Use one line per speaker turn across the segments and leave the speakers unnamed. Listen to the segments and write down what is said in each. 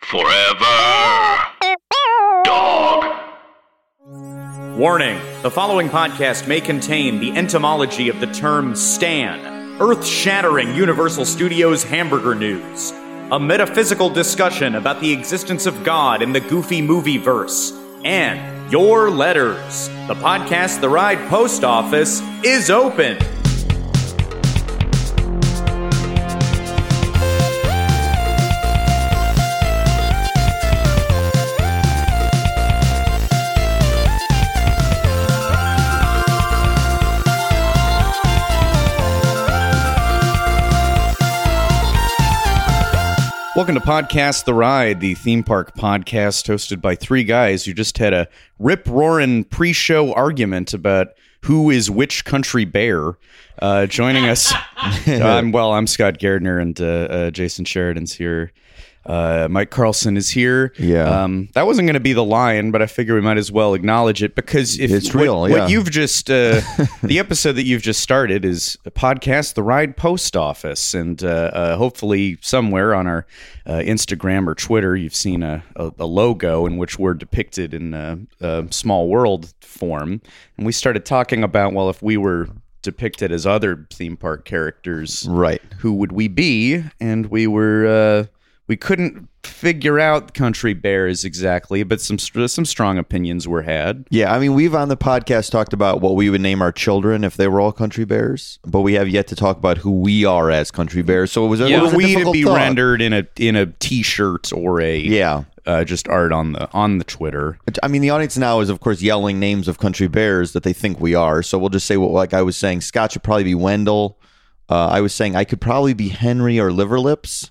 Forever. Dog.
Warning the following podcast may contain the entomology of the term Stan, earth shattering Universal Studios hamburger news, a metaphysical discussion about the existence of God in the goofy movie verse, and your letters. The podcast The Ride Post Office is open. Welcome to Podcast The Ride, the theme park podcast hosted by three guys who just had a rip roaring pre show argument about who is which country bear. Uh, joining us, uh, I'm well, I'm Scott Gardner and uh, uh, Jason Sheridan's here. Uh, Mike Carlson is here.
Yeah.
um, that wasn't going to be the line, but I figure we might as well acknowledge it because if
It's
what-
real,
what
yeah.
you've you've just uh, the episode that you've just started is a podcast the ride post office and uh, uh, hopefully somewhere on our uh, instagram or twitter you've seen a, a, a logo in which we're depicted in a, a small world form and we started talking about well if we were depicted as other theme park characters
Right.
who would we be? And we were uh, we couldn't figure out country bears exactly, but some some strong opinions were had.
Yeah, I mean, we've on the podcast talked about what we would name our children if they were all country bears, but we have yet to talk about who we are as country bears. So it was a, it was a
we to
difficult
be
thought.
rendered in a in a t-shirt or a
Yeah.
uh, just art on the on the Twitter.
I mean, the audience now is, of course, yelling names of country bears that they think we are. So we'll just say what, like I was saying, Scott should probably be Wendell. Uh, I was saying I could probably be Henry or Liverlips.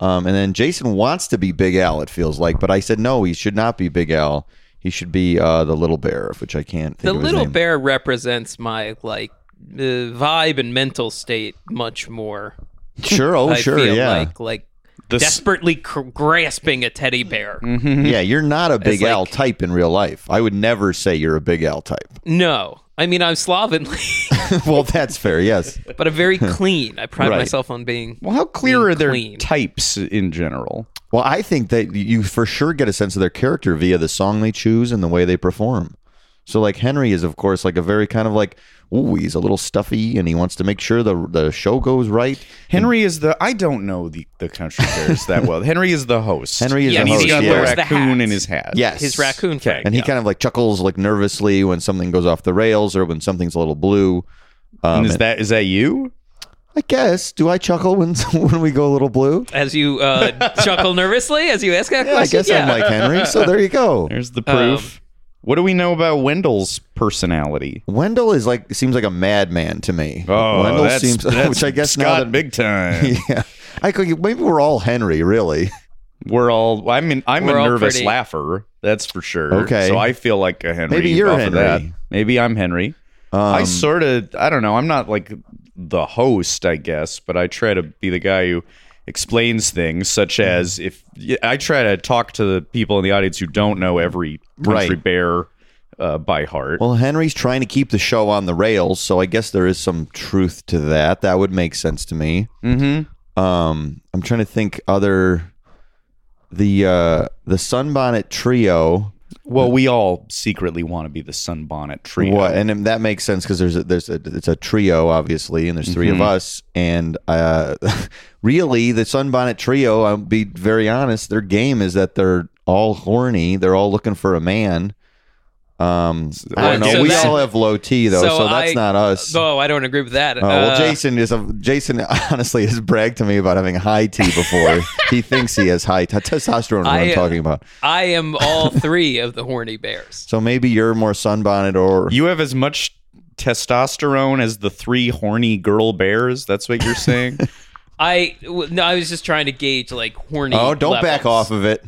Um, and then Jason wants to be Big Al, it feels like, but I said no, he should not be Big Al. He should be uh, the Little Bear, of which I can't think
the
of his
little
name.
bear represents my like uh, vibe and mental state much more.
Sure, oh,
I
sure,
feel
yeah.
like like
The s-
desperately cr- grasping a teddy bear.
Yeah, you're not a big
Mm-hmm. like-
L type in real life. I would never say you're a big L type.
No, I mean I'm slovenly,
well, that's fair. Yes.
but I'm very clean. I pride
Right.
myself on being.
Well, how clear
being
are their
clean.
types in general?
Well, I think that you for sure get a sense of their character via the song they choose and the way they perform. So, like Henry is, of course, like a very kind of like, ooh, he's a little stuffy, and he wants to make sure the the show goes right.
Henry is the I don't know the, the country bears that well. Henry is the host.
Henry is a
Yeah,
and
he's
host.
he's got
yeah.
the
Wears the
raccoon
hat.
in his hat.
Yes.
His raccoon friend,
And he
yeah.
kind of like chuckles like nervously when something goes off the rails or when something's a little blue.
And Um,
Um,
is that is that you?
I guess. Do I chuckle when when we go a little blue?
As you uh, chuckle nervously as you ask that
Yeah, I
question,
guess I'm like Henry. So there you go.
There's the proof. what do we know about Wendell's personality?
Wendell is like seems like a madman to me. Wendell
Oh, that's-
seems,
that's
which I guess
Scott
now that
big time.
yeah, I could, maybe we're all Henry, really.
We're all. I mean, I'm
We're
a
all
nervous
pretty-
laugher. That's for sure.
Okay.
So I feel like a Henry.
Maybe you're
off Of that.
Henry. Um,
Maybe I'm Henry. I sort of. I don't know. I'm not like the host, I guess, but I try to be the guy who explains things, such
Mm-hmm.
as if yeah, I try to talk to the people in the audience who don't know every country
Right.
bear uh, by heart.
Well, Henry's trying to keep the show on the rails, so I guess there is some truth to that. That would make sense to me. Mm-hmm. Um, I'm trying to think other the uh the Sunbonnet Trio.
Well, we all secretly want to be the sunbonnet trio.
What? And then that makes sense because there's a, there's a, it's a trio obviously, and there's 3
Mm-hmm.
of us. And uh, really, the Sunbonnet Trio. I'll be very honest. Their game is that they're all horny. They're all looking for a man. Um, I don't
Well,
know.
so
we
that-
all have low T though, so, that's
I-
not us.
No, I don't agree with that.
Oh, well,
Uh,
Jason is a Jason. Honestly, has bragged to me about having high T before. he thinks he has high t- testosterone. What I,
I,
am
uh,
talking about.
I am all three of the horny bears.
So maybe you're more sunbonnet, or
You have as much testosterone as the three horny girl bears. That's what you're saying.
I w- no, I was just trying to gauge like horny.
oh, don't back off
levels.
of it.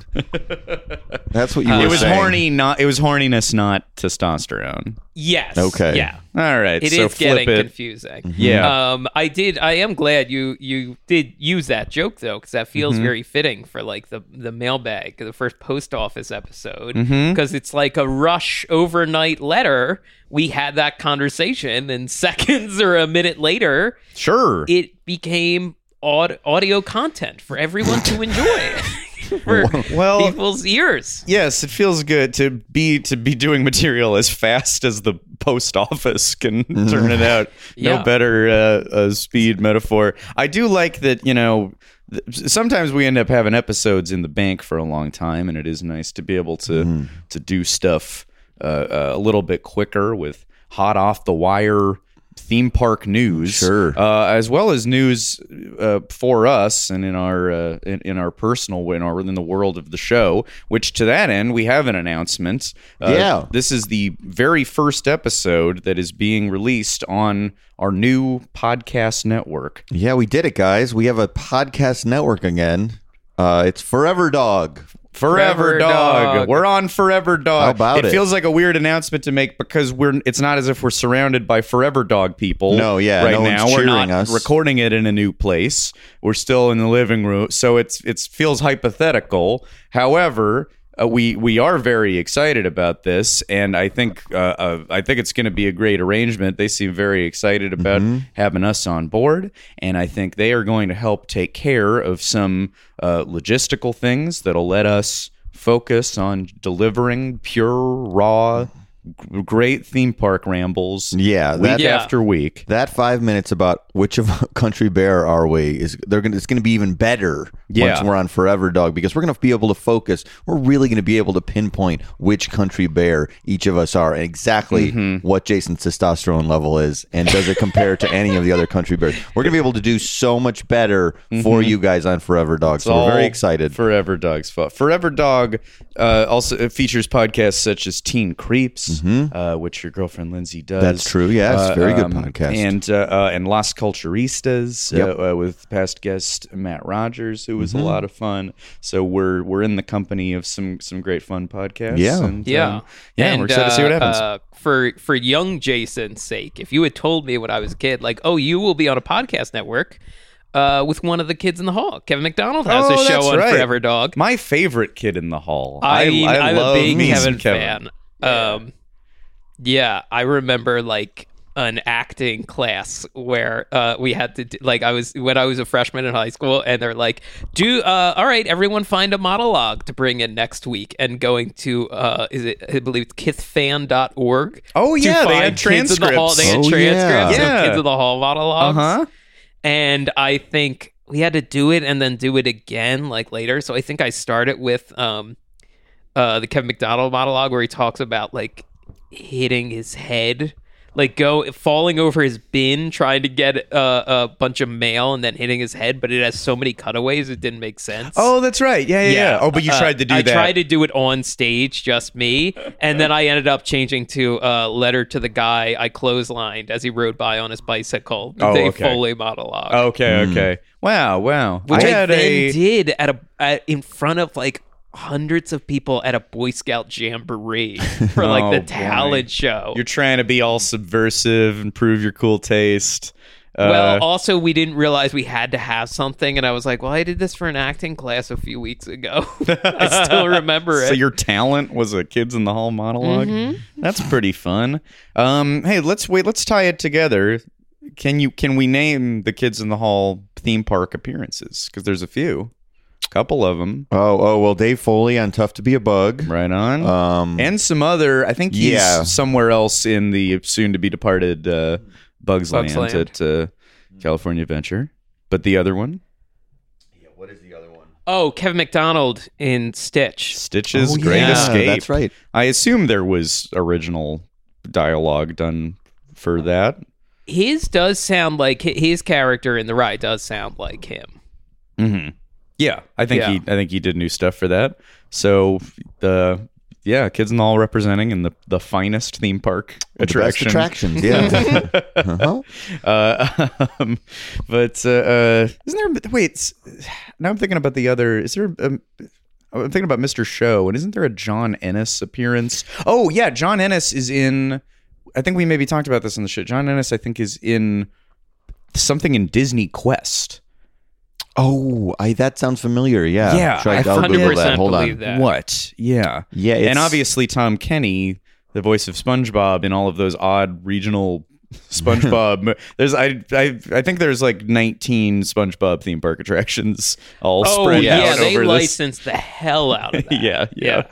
That's what you were
it was
saying.
horny, not it was horniness, not testosterone.
Yes.
Okay.
Yeah.
All right,
It
so
is
Mm-hmm. flip
getting
it.
confusing.
Yeah.
Um, I did. I am glad you you did use that joke though, because that feels
Mm-hmm.
very fitting for like the the mailbag, the first post office episode, because
Mm-hmm.
it's like a rush overnight letter. We had that conversation, and seconds or a minute later,
Sure.
it became aud- audio content for everyone to enjoy for
Well-
people's ears.
yes, it feels good to be to be doing material as fast as the post office can turn it out.
Yeah.
No better uh, uh, speed metaphor. I do like that. You know, th- sometimes we end up having episodes in the bank for a long time, and it is nice to be able to to do stuff uh, uh, a little bit quicker with hot off the wire theme park news
Sure.
uh, as well as news uh, for us and in our uh, in, in our personal in our in the world of the show. Which to that end, we have an announcement. Uh,
Yeah.
this is the very first episode that is being released on our new podcast network.
Yeah, we did it, guys. We have a podcast network again. Uh, it's Forever Dog.
Forever
Forever
Dog.
Dog.
We're on Forever Dog.
How about it?
feels like a weird announcement to make because we're it's not as if we're surrounded by Forever Dog people.
No, yeah,
Right
no one's
now we're not
cheering us.
recording it in a new place. We're still in the living room, so it's it's feels hypothetical. However, uh, we we are very excited about this, and I think uh, uh, I think it's going to be a great arrangement. They seem very excited about
Mm-hmm.
having us on board, and I think they are going to help take care of some uh, logistical things that'll let us focus on delivering pure raw. g- Great theme park rambles,
Yeah,
week
that
Yeah.
after week.
that five minutes about which of country bear are we is they're gonna it's gonna be even better
Yeah.
once we're on Forever Dog because we're gonna be able to focus. We're really gonna be able to pinpoint which country bear each of us are and exactly
Mm-hmm.
what Jason's testosterone level is and does it compare to any of the other country bears. We're gonna be able to do so much better for you guys on Forever Dog. so
Mm-hmm. all
we're very excited.
Forever Dog's fault. Forever Dog uh, also it features podcasts such as Teen Creeps, uh, which your girlfriend Lindsay does.
Mm-hmm.
Uh, um,
That's true, yes. Very good podcast.
And uh, uh, and Las Culturistas
Yep. Mm-hmm.
uh, uh, with past guest Matt Rogers, who was a lot of fun. So we're we're in the company of some some great fun podcasts.
Yeah.
and,
Yeah,
um, yeah.
And,
we're excited to see what
uh,
happens.
uh, for for young Jason's sake, if you had told me when I was a kid, like, oh, you will be on a podcast network uh, with one of the kids in the hall. Kevin McDonald has
Oh,
a show
that's
on
right.
Forever Dog.
My favorite kid in the hall.
I, I, am
love
a big
me some
Kevin, fan. Um, yeah, I remember like an acting class where uh, we had to do, like I was when I was a freshman in high school, and they're like, "Do uh, all right, everyone find a monologue to bring in next week." And going to uh, is it I believe it's kithfan.org.
Oh,
to
yeah, they
find
had
Kids in the hall. They had
transcripts. Oh, yeah.
transcripts
Yeah.
of kids in the hall monologues
Uh-huh.
and I think we had to do it and then do it again like later. So I think I started with um uh the Kevin McDonald monologue where he talks about like hitting his head, like go falling over his bin trying to get uh, a bunch of mail and then hitting his head, but it has so many cutaways it didn't make sense.
Oh, that's right. Yeah, yeah, yeah. Oh, but you
Uh,
tried to do
I
that.
tried to do it on stage, just me, and then I ended up changing to uh, "Letter to the Guy I Clotheslined" as he rode by on his bicycle.
Oh,
the
okay. Oh,
Foley monologue.
Okay, okay. Wow, wow.
Hmm. which I,
had
then
a
did at a at, in front of like hundreds of people at a Boy Scout jamboree for
Oh,
like the
boy.
talent show.
You're trying to be all subversive and prove your cool taste. Uh,
well, also we didn't realize we had to have something, and I was like, "Well, I did this for an acting class a few weeks ago. I still remember it." Mm-hmm.
so your talent was a kids in the hall monolog That's pretty fun. Um, hey, let's wait. Let's tie it together. Can you? Can we name the kids in the hall theme park appearances? Because there's a few. couple of them.
Oh, oh well, Dave Foley on Tough to Be a Bug.
Right on.
Um,
and some other. I think he's
Yeah.
somewhere else in the soon to be departed uh, Bugs,
Bugs
Land,
Land.
at uh, California Adventure. But the other one,
Oh, Kevin McDonald in Stitch.
Stitches,
Oh,
Great
yeah,
Escape.
that's right.
I assume there was original dialogue done for that.
His does sound like his character in the ride does sound like him.
Mm-hmm. Yeah, I think
Yeah.
he. I think he did new stuff for that. So the. yeah, kids and all representing in the, the finest theme park attraction.
The best attractions. Yeah. uh-huh.
Uh, um, but uh, uh, isn't there? Wait, s- now I'm thinking about the other. Is there? Um, I'm thinking about Mr. Show, and isn't there a John Ennis appearance? Oh yeah, John Ennis is in. I think we maybe talked about this in the show. John Ennis, I think, is in something in Disney Quest.
Oh, I that sounds familiar. Yeah.
Yeah,
Should
I
I'll Google
100%
that. Hold
believe
on.
that.
What? Yeah.
Yeah, it's-
and obviously Tom Kenny, the voice of SpongeBob in all of those odd regional SpongeBob. mo- there's I I I think there's like 19 SpongeBob theme park attractions all
Oh
spread
yeah,
out
they
over this.
licensed the hell out of that.
Yeah, yeah.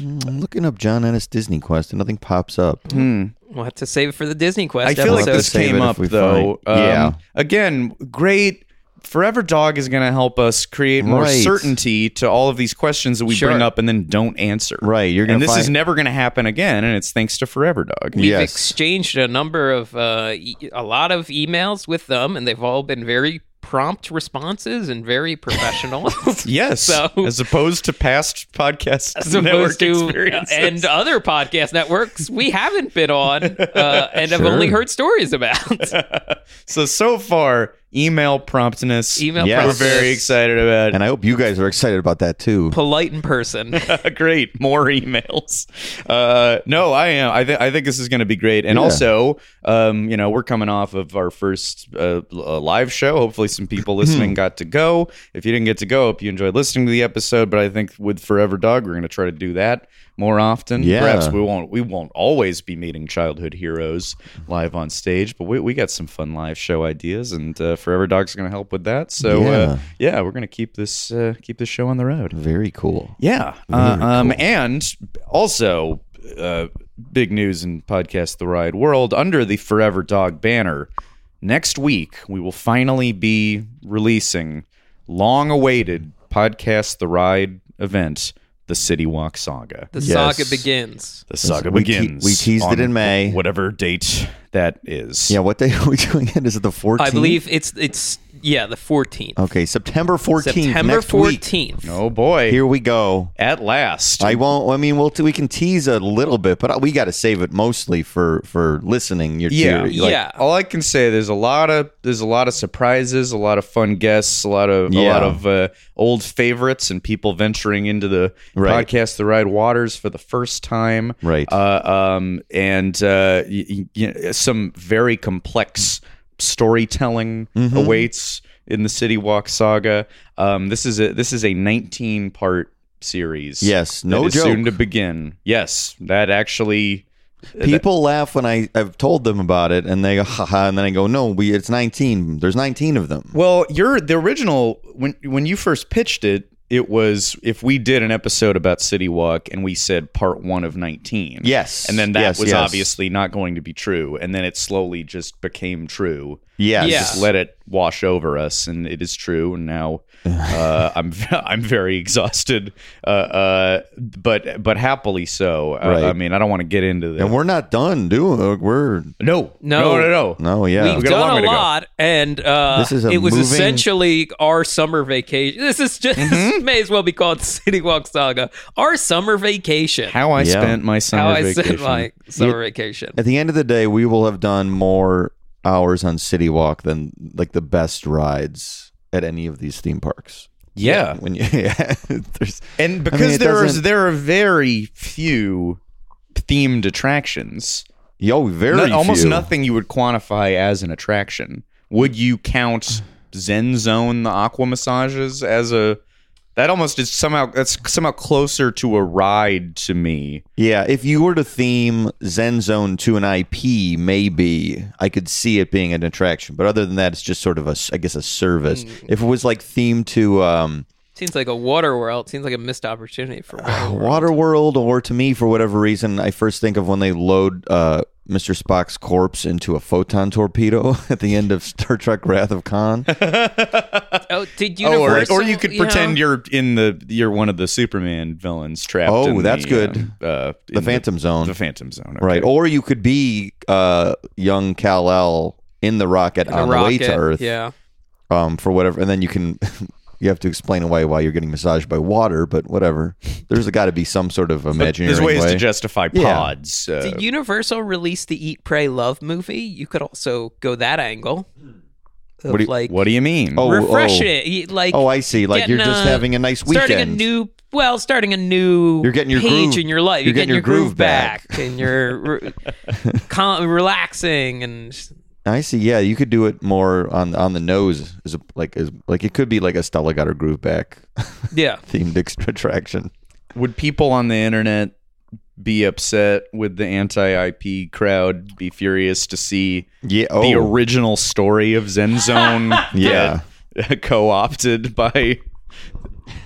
I'm looking up John Ennis Disney Quest, and nothing pops up.
Hmm. We'll have to save it for the Disney Quest.
I feel like
episode.
this
Save it
came
if
up
we
though. Um,
find- yeah.
Again, great. Forever Dog is going to help us create more
Right.
certainty to all of these questions that we
Sure.
bring up and then don't answer.
Right, you're gonna
and this is
find-
never going to happen again, and it's thanks to Forever Dog.
We've
Yes.
exchanged a number of uh, e- a lot of emails with them, and they've all been very prompt responses and very professional.
Yes,
So-
as opposed to past podcast
As
network
opposed to
experiences.
and other podcast networks we haven't been on uh, and have only heard stories about.
so so far, email promptness.
Email
Yes.
we're
process,
very excited about.
And I hope you guys are excited about that too.
polite in person.
great, more emails. Uh, no, I am. I think I think this is going to be great. And also, um, you know, we're coming off of our first uh, l- uh, live show. Hopefully, some
Hmm.
people listening got to go. If you didn't get to go, I hope you enjoyed listening to the episode. But I think with Forever Dog, we're going to try to do that more often.
Yeah.
Perhaps we won't we won't always be meeting childhood heroes live on stage, but we, we got some fun live show ideas, and uh, Forever Dog's going to help with that. So yeah,
Yeah.
uh, yeah we're going to keep this uh, keep this show on the road.
Very cool.
Yeah. Uh, um, And also, uh, big news in podcast The Ride World under the Forever Dog banner. Next week, we will finally be releasing long awaited podcast The Ride event, the City Walk Saga.
The
Yes.
saga begins.
The saga
we te-
begins.
we teased it
on
in May.
Whatever date that is.
Yeah. What day are we doing it? Is it the 14th?
I believe it's it's yeah the 14th,
Okay, September 14th.
September
Uh, next week.
14th.
Oh, boy.
Here we go.
At last.
I won't. I mean, we'll we can tease a little bit, but we got to save it mostly for for listening. You're
Yeah,
you're
yeah.
all I can say there's a lot of there's a lot of surprises, a lot of fun guests, a lot of a
Yeah.
lot of uh, old favorites, and people venturing into the
Right.
podcast, the Ride Waters for the first time,
Right.
Uh, um, and uh, y- y- y- some very complex storytelling
Mm-hmm.
awaits in the City Walk saga. Um, this is a this is a 19 part series.
Yes, no
that is
joke.
Soon to begin. Yes, that actually.
People laugh when I I've told them about it, and they go, haha, and then I go, no, we it's 19. There's 19 of them.
Well, you're the original when when you first pitched it. It was if we did an episode about City Walk and we said part one of nineteen.
Yes.
and then that
Yes,
was
yes.
obviously not going to be true, and then it slowly just became true.
Yes.
Yeah.
Just let it wash over us, and it is true. And now uh, I'm I'm very exhausted, uh, uh, but but happily so. Uh,
Right.
I mean, I don't want to get into the
And we're not done, dude. We're
no
No.
no no no.
no, yeah.
We've
got a long
done
way
a
to go.
lot, and uh,
This is a
it was
moving-
essentially our summer vacation. This is just may as well be called City Walk Saga. Our summer vacation.
How I
Yeah.
spent my summer
How I
vacation.
spent my summer vacation.
At the end of the day, we will have done more hours on City Walk than like the best rides at any of these theme parks.
yeah.
When you, yeah, there's
And
I mean,
because
it
there is
doesn't-
there are very few themed attractions,
yo very
Not- almost
few.
nothing you would quantify as an attraction. Would you count Zen Zone, the aqua massages, as a? That almost is somehow that's somehow closer to a ride to me.
Yeah, if you were to theme Zen Zone to an IP, maybe I could see it being an
Mm.
attraction. But other than that, it's just sort of a, s- I guess, a service. If it was like themed to, um,
Seems like a water world. Seems like a missed opportunity for water. world.
Waterworld, or to me, for whatever reason, I first think of when they load uh, Mr. Spock's corpse into a photon torpedo at the end of Star Trek: Wrath of Khan.
Oh, did you?
Oh, or, or you could pretend you're in the you're one of the Superman villains trapped.
Oh,
in
that's
the,
good.
um, uh, in
The Phantom Zone.
The Phantom Zone.
Right,
okay.
or you could be uh, young Kal El in the rocket
the
on the way
rocket.
to Earth,
Yeah.
um, for whatever, and then you can you have to explain away why you're getting massaged by water, but whatever. There's got to be some sort of imaginary
There's ways
way.
to justify
Yeah.
pods. uh,
Did Universal release the Eat, Pray, Love movie? You could also go that angle. Of
What do you-
like
what do you mean?
Oh,
refreshing it. You- Like
Oh, I see. Like you're
getting uh,
just having a nice weekend.
starting a new well, starting a new
You're getting your
page
groove-
in your life.
you're getting your groove back.
and you're re- con- relaxing and
I see. Yeah, you could do it more on on the nose. Is a, like is like it could be like a Stella got her groove back
yeah.
themed extra attraction.
Would people on the internet be upset? Would the anti-IP crowd be furious to see
Yeah. Oh,
the original story of Zen Zone?
Yeah.
get co-opted by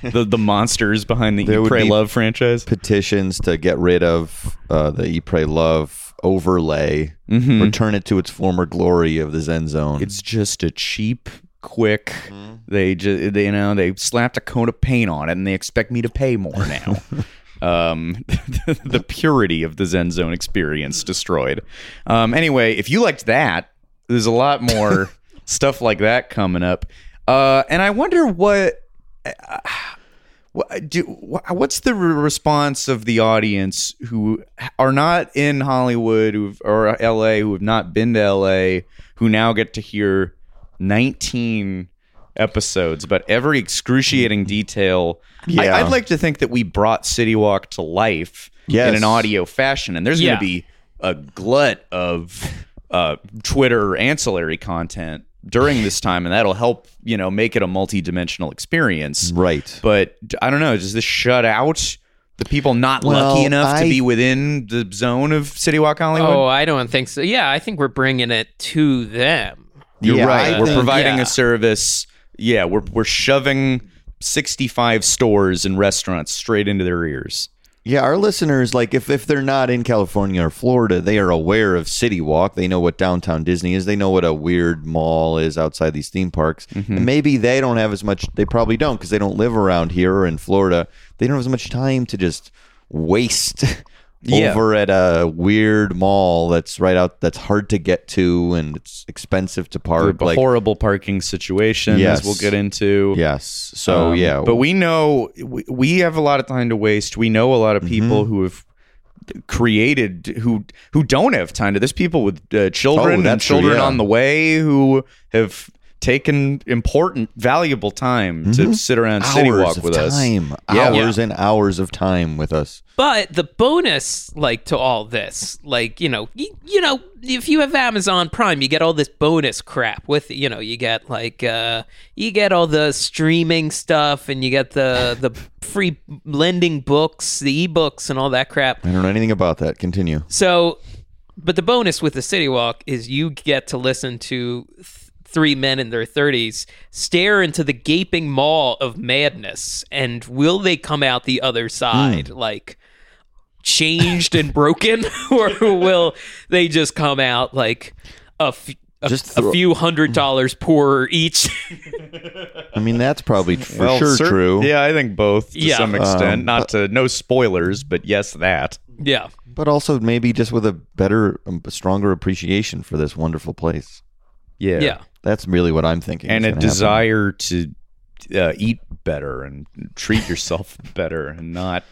the the monsters behind the
There
Eat,
would
Pray
be-
Love franchise.
petitions to get rid of uh, the Eat Pray Love overlay, return it to its former glory of the Zen Zone.
Mm-hmm. It's just a cheap, quick. They just they, you know they slapped a coat of paint on it, and they expect me to pay more now. um, the purity of the Zen Zone experience destroyed. Um, anyway, if you liked that, there's a lot more stuff like that coming up. Uh, and I wonder what What do wh- what's the re- response of the audience who are not in Hollywood who've, or LA who have not been to LA who now get to hear 19 episodes but every excruciating detail
Yeah.
I, would like to think that we brought City Walk to life
Yes.
in an audio fashion and there's
Yeah.
going to be a glut of uh, Twitter ancillary content during this time and that'll help you know make it a multi-dimensional experience
right.
but I don't know. Does this shut out the people not
Well,
lucky enough
I-
to be within the zone of City Walk Hollywood?
Oh, I don't think so. Yeah, I think we're bringing it to them.
You're
Yeah,
right.
I
we're
think-
providing
yeah.
a service. Yeah, we're we're shoving 65 stores and restaurants straight into their ears.
Yeah, our listeners, like if, if they're not in California or Florida, they are aware of City Walk. They know what downtown Disney is. They know what a weird mall is outside these theme parks.
Mm-hmm.
And maybe they don't have as much, they probably don't because they don't live around here or in Florida. They don't have as much time to just waste
Yeah.
over at a weird mall that's right out, that's hard to get to and it's expensive to
Or
park.
a
Like,
horrible parking situation,
Yes.
as we'll get into.
yes. So,
Um,
Oh, yeah.
But we know we, we have a lot of time to waste. We know a lot
Mm-hmm.
of people who have created who who don't have time to. There's people with uh, children and
Oh, that's true,
children
yeah.
on the way who have taken important, valuable time to sit around City
Mm-hmm. hours
Walk
of
with us.
time,
Yeah.
hours and hours of time with us.
But the bonus, like to all this, like you know, y- you know, if you have Amazon Prime, you get all this bonus crap with you know, you get like uh, you get all the streaming stuff, and you get the the free lending books, the ebooks, and all that crap.
I don't know anything about that. Continue.
So, but the bonus with the City Walk is you get to listen to th- three men in their 30s stare into the gaping maw of madness. And will they come out the other side? Like, changed and broken or will they just come out like a, f- a,
Just
a
throw-
few hundred dollars poorer each
I mean, that's probably for
Well,
sure
cer-
true.
Yeah, I think both to
Yeah.
some
Um,
extent.
uh,
Not to no spoilers, but yes, that.
yeah
But also maybe just with a better, um, stronger appreciation for this wonderful place.
yeah,
That's really what I'm thinking.
and
is
a
gonna happen.
desire to uh, eat better and treat yourself better and not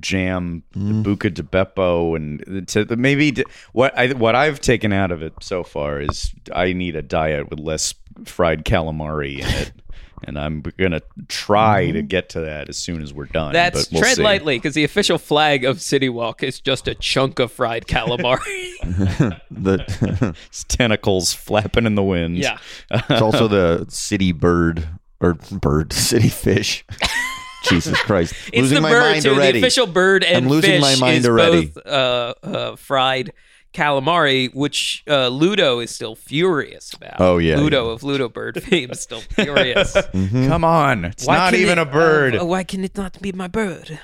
jam
Mm.
the Buca de Beppo and to maybe to, what I what I've taken out of it so far is I need a diet with less fried calamari in it. And I'm gonna try
Mm-hmm.
to get to that as soon as we're done.
that's
but we'll
tread
see.
lightly because the official flag of city walk is just a chunk of fried calamari
The,
It's tentacles flapping in the wind.
yeah
it's also the city bird or bird city fish. Jesus Christ!
It's
losing
the
my
bird
mind
too.
already.
The official bird and
I'm losing
fish
my mind
is
already.
both uh, uh, fried calamari, which uh, Ludo is still furious about.
Oh, yeah,
Ludo of Ludo Bird fame is still furious.
Hmm.
Come on, it's
Why
not
can
even
it-
a bird.
uh, why can it not be my bird?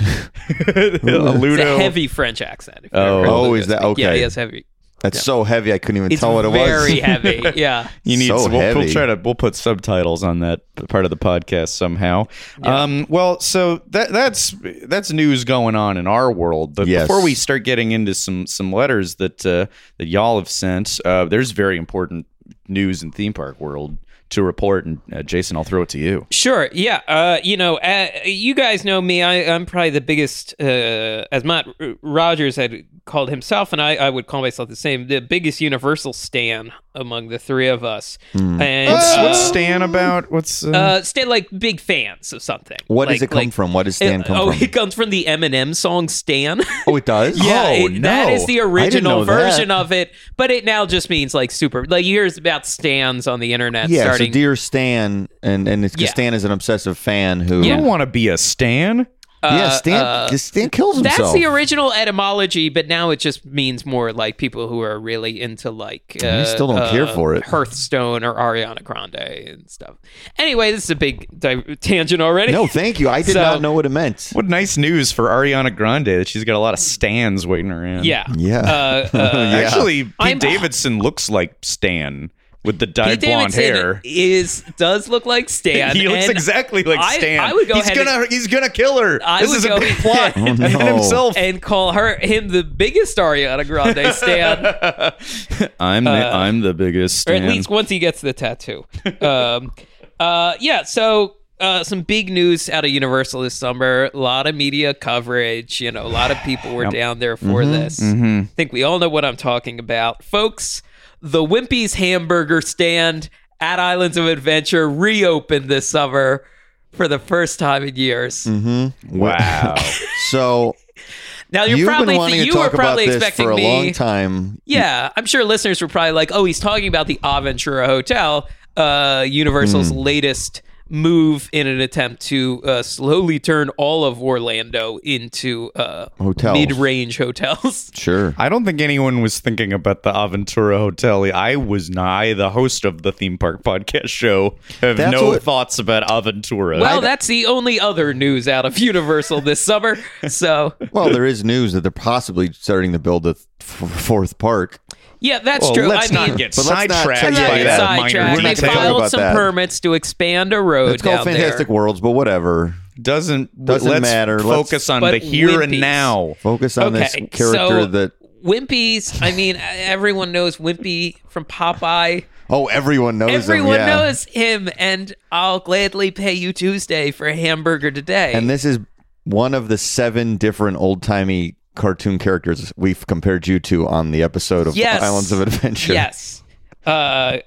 a
It's
Ludo.
a heavy French accent. if you
Oh.
ever heard
Oh,
Ludo
is that-
speak. Yeah,
okay.
he has heavy.
That's so heavy I couldn't even
It's
tell what it
very
was.
heavy. Yeah.
You need
So
so we'll, we'll
heavy.
try to we'll put subtitles on that part of the podcast somehow. Um, well, so that that's that's news going on in our world. But
Yes.
before we start getting into some some letters that uh, that y'all have sent, uh, there's very important news in theme park world to report. And uh, Jason, I'll throw it to you.
Sure. Yeah. Uh, you know, uh, you guys know me. I, I'm probably the biggest, uh, as Matt R- Rogers had called himself, and I, I would call myself the same, the biggest Universal stan among the three of us.
Hmm.
And
What's,
uh,
what's Stan about? What's uh,
uh, stan like big fans of something.
What
like,
does it come
like-
from? What does Stan
Uh,
come
oh,
from?
it comes from the Eminem song Stan.
oh, it does.
Yeah,
Oh,
it- that
no.
is
I
the
didn't
original
know that.
version of it, but it now just means like super. Like you hear about stands on the internet
yeah.
starting.
So dear Stan, and and it's 'cause
Yeah.
Stan is an obsessive fan who.
you don't want to be a Stan?
Yeah, Stan. Stan kills
Uh, that's
himself.
the original etymology, but now it just means more like people who are really into like uh,
I still don't
uh,
care for it.
Hearthstone or Ariana Grande and stuff. Anyway, this is a big di- tangent already.
No, thank you. I did
So-
not know what it meant.
What nice news for Ariana Grande that she's got a lot of Stans waiting around.
yeah,
Yeah.
Uh, uh,
Actually, Pete
I'm-
Davidson looks like Stan with the dyed
Pete
blonde
Davidson
hair.
is does look like Stan.
he looks
and
exactly like
I-
Stan.
I would go
he's
ahead
gonna he's gonna kill her.
I
this
would
is
go-
a big plot.
Oh, no.
And himself.
and call her him the biggest Ariana Grande Stan.
I'm the, I'm the biggest
Uh, or
Stan.
at least once he gets the tattoo. Um, uh, yeah, so uh, some big news out of Universal this summer. A lot of media coverage. You know, a lot of people were down there for
Mm-hmm,
this. I think we all know what I'm talking about, folks. The Wimpy's Hamburger Stand at Islands of Adventure reopened this summer for the first time in years.
Mm-hmm.
wow.
So
Now you're
you've
probably
been wanting
you
to
were
talk about
probably
this
expecting
for a
me
long time.
Yeah, I'm sure listeners were probably like, "Oh, he's talking about the Aventura Hotel, uh, Universal's
Hmm.
latest move in an attempt to uh, slowly turn all of Orlando into uh,
Hotels.
mid-range hotels."
Sure.
I don't think anyone was thinking about the Aventura Hotel. I was nigh the host of the theme park podcast show. Have
That's
no
what-
thoughts about Aventura.
well, that's the only other news out of Universal this summer. So,
Well, there is news that they're possibly starting to build a th- f- fourth park.
yeah, that's
Well,
true.
let's
I mean,
not get
But let's not
sidetracked
take
I'm not
by
it
that
sidetracked.
minor
We're not
They
gonna talk
detail.
filed
about
some
that.
permits to expand a road
It's called
down
Fantastic
there.
Worlds, but whatever.
Doesn't
Doesn't
let's
matter. Let's-
Focus on
But
the here and
Wimpy's.
now.
Focus on
Okay,
this character
so-
that.
Wimpy's. I mean, e-, everyone knows Wimpy from Popeye.
Oh, everyone knows
Everyone
him. yeah.
knows him, and I'll gladly pay you Tuesday for a hamburger today.
And this is one of the seven different old timey cartoon characters we've compared you to on the episode of
Yes.
Islands of Adventure.
yes, uh,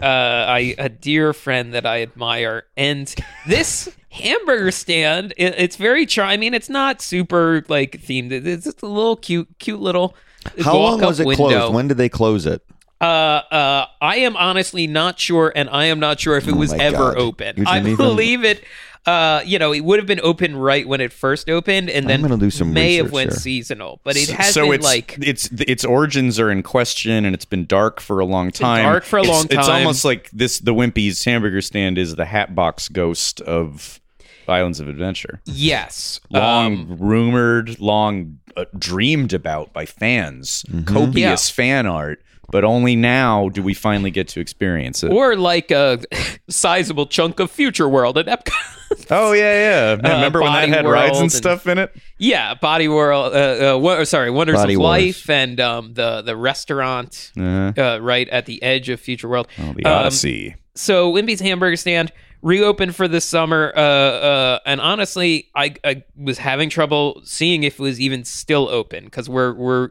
uh, I a dear friend that I admire, and this hamburger stand, it, it's very charming. I mean, it's not super like themed. It- It's just a little cute, cute little.
How long
walk-up
was it
window.
closed? When did they close it?
uh, uh, I am honestly not sure, and I am not sure if it was
Oh my
ever
God. You
open.
didn't
I
even-
believe it. Uh, you know, it would have been open right when it first opened, and then
gonna do some
may have
research
went
here.
seasonal, but it
S-
has
so
been
it's,
like
it's its origins are in question, and it's been dark for a long
been
time.
dark for a
It's-
long
It's
time.
almost like this: the Wimpy's hamburger stand is the Hatbox ghost of Islands of Adventure.
yes,
Long
um,
rumored, long uh, dreamed about by fans,
Mm-hmm.
copious fan art, but only now do we finally get to experience it.
or like a sizable chunk of future world at Epcot.
oh yeah, yeah. Remember when that
Uh, Body
had rides
World
and
and-
stuff in it?
yeah, Body World. Uh, uh, wo- sorry, Wonders
Body
of
Wars. Uh-huh.
Life, and um, the the restaurant uh, right at the edge of Future World.
Oh, the
Um,
Odyssey.
so Wimpy's Hamburger Stand reopened for this summer, uh, uh, and honestly, I, I was having trouble seeing if it was even still open because we're we're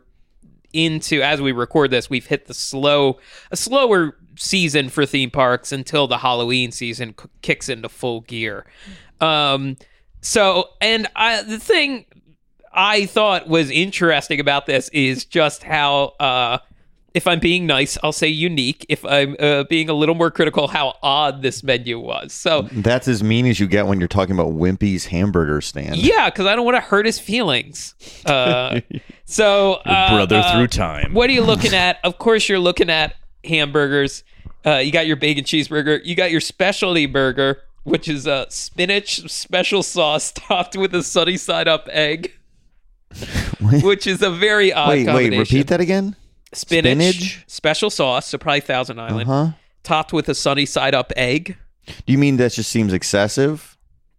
into as we record this, we've hit the slow a slower season for theme parks until the Halloween season c- kicks into full gear. Um, so, and I, the thing I thought was interesting about this is just how uh, if I'm being nice, I'll say unique. If I'm uh, being a little more critical, how odd this menu was. So
That's as mean as you get when you're talking about Wimpy's hamburger stand.
yeah, because I don't want to hurt his feelings. Uh, so uh,
brother
uh,
through time.
What are you looking at? Of course, you're looking at hamburgers. Uh, you got your bacon cheeseburger. You got your specialty burger, which is a spinach special sauce topped with a sunny side up egg, which is a very odd
Wait, wait,
combination.
repeat that again?
Spinach,
spinach? Uh-huh.
special sauce, so probably Thousand Island,
Huh?
topped with a sunny side up egg.
Do you mean that just seems excessive?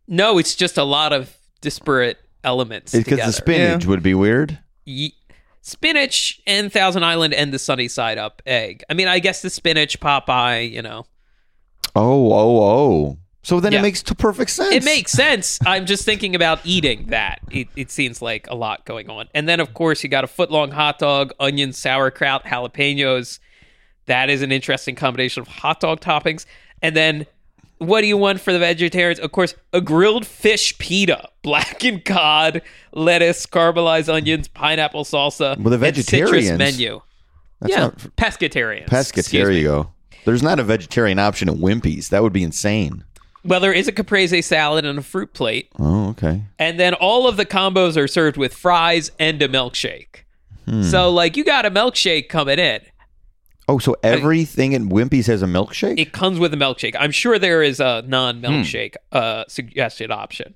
No, it's just a lot of disparate elements
Because
together.
the spinach would be weird.
Ye- spinach and Thousand Island and the sunny side up egg. I mean, I guess the spinach, Popeye, you know.
Oh, oh, oh. So then
Yeah.
it makes t- perfect sense.
It makes sense. I'm just thinking about eating that. It, it seems like a lot going on. And then, of course, you got a foot long hot dog, onion, sauerkraut, jalapenos. That is an interesting combination of hot dog toppings. And then, what do you want for the vegetarians? Of course, a grilled fish pita, blackened cod, lettuce, caramelized onions, pineapple salsa.
Well, the
and citrus
vegetarians-
menu.
That's
yeah,
not-
pescatarians.
Pesca,
Excuse
there
me.
you go. There's not a vegetarian option at Wimpy's. That would be insane.
Well, there is a caprese salad and a fruit plate.
Oh, okay.
And then all of the combos are served with fries and a milkshake. So
Hmm.
like you got a milkshake coming in.
Oh, so everything at Wimpy's has a milkshake?
It comes with a milkshake. I'm sure there is a non-milkshake
Hmm.
uh, suggested option.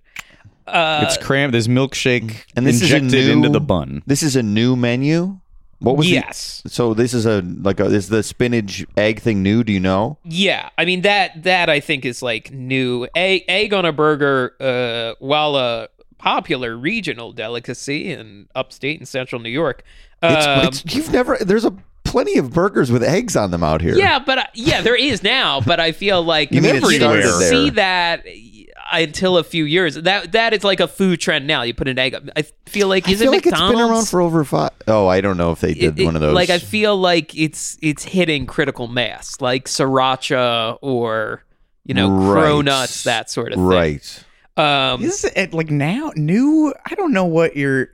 it's
uh,
crammed. There's milkshake
and this
injected
is a new,
into the bun.
This is a new menu? What was the-
yes.
so this is a like a, is the spinach egg thing new? Do you know?
Yeah, I mean that that I think is like new egg, egg on a burger. Uh, while a popular regional delicacy in upstate and central New York,
It's,
um,
it's, you've never there's a plenty of burgers with eggs on them out here.
Yeah, but I, yeah, there is now. But I feel like
You mean it
you didn't
started there.
see that uh, until a few years. That that is like a food trend now. You put an egg. up. I feel like
I
is
feel
it
like
McDonald's?
it's been around for over five. Oh, I don't know if they did
It- it-
one of those.
Like I feel like it's it's hitting critical mass, like sriracha or you know
Right.
cronuts, that sort of thing.
right.
Um,
This is it, like now new. I don't know what you're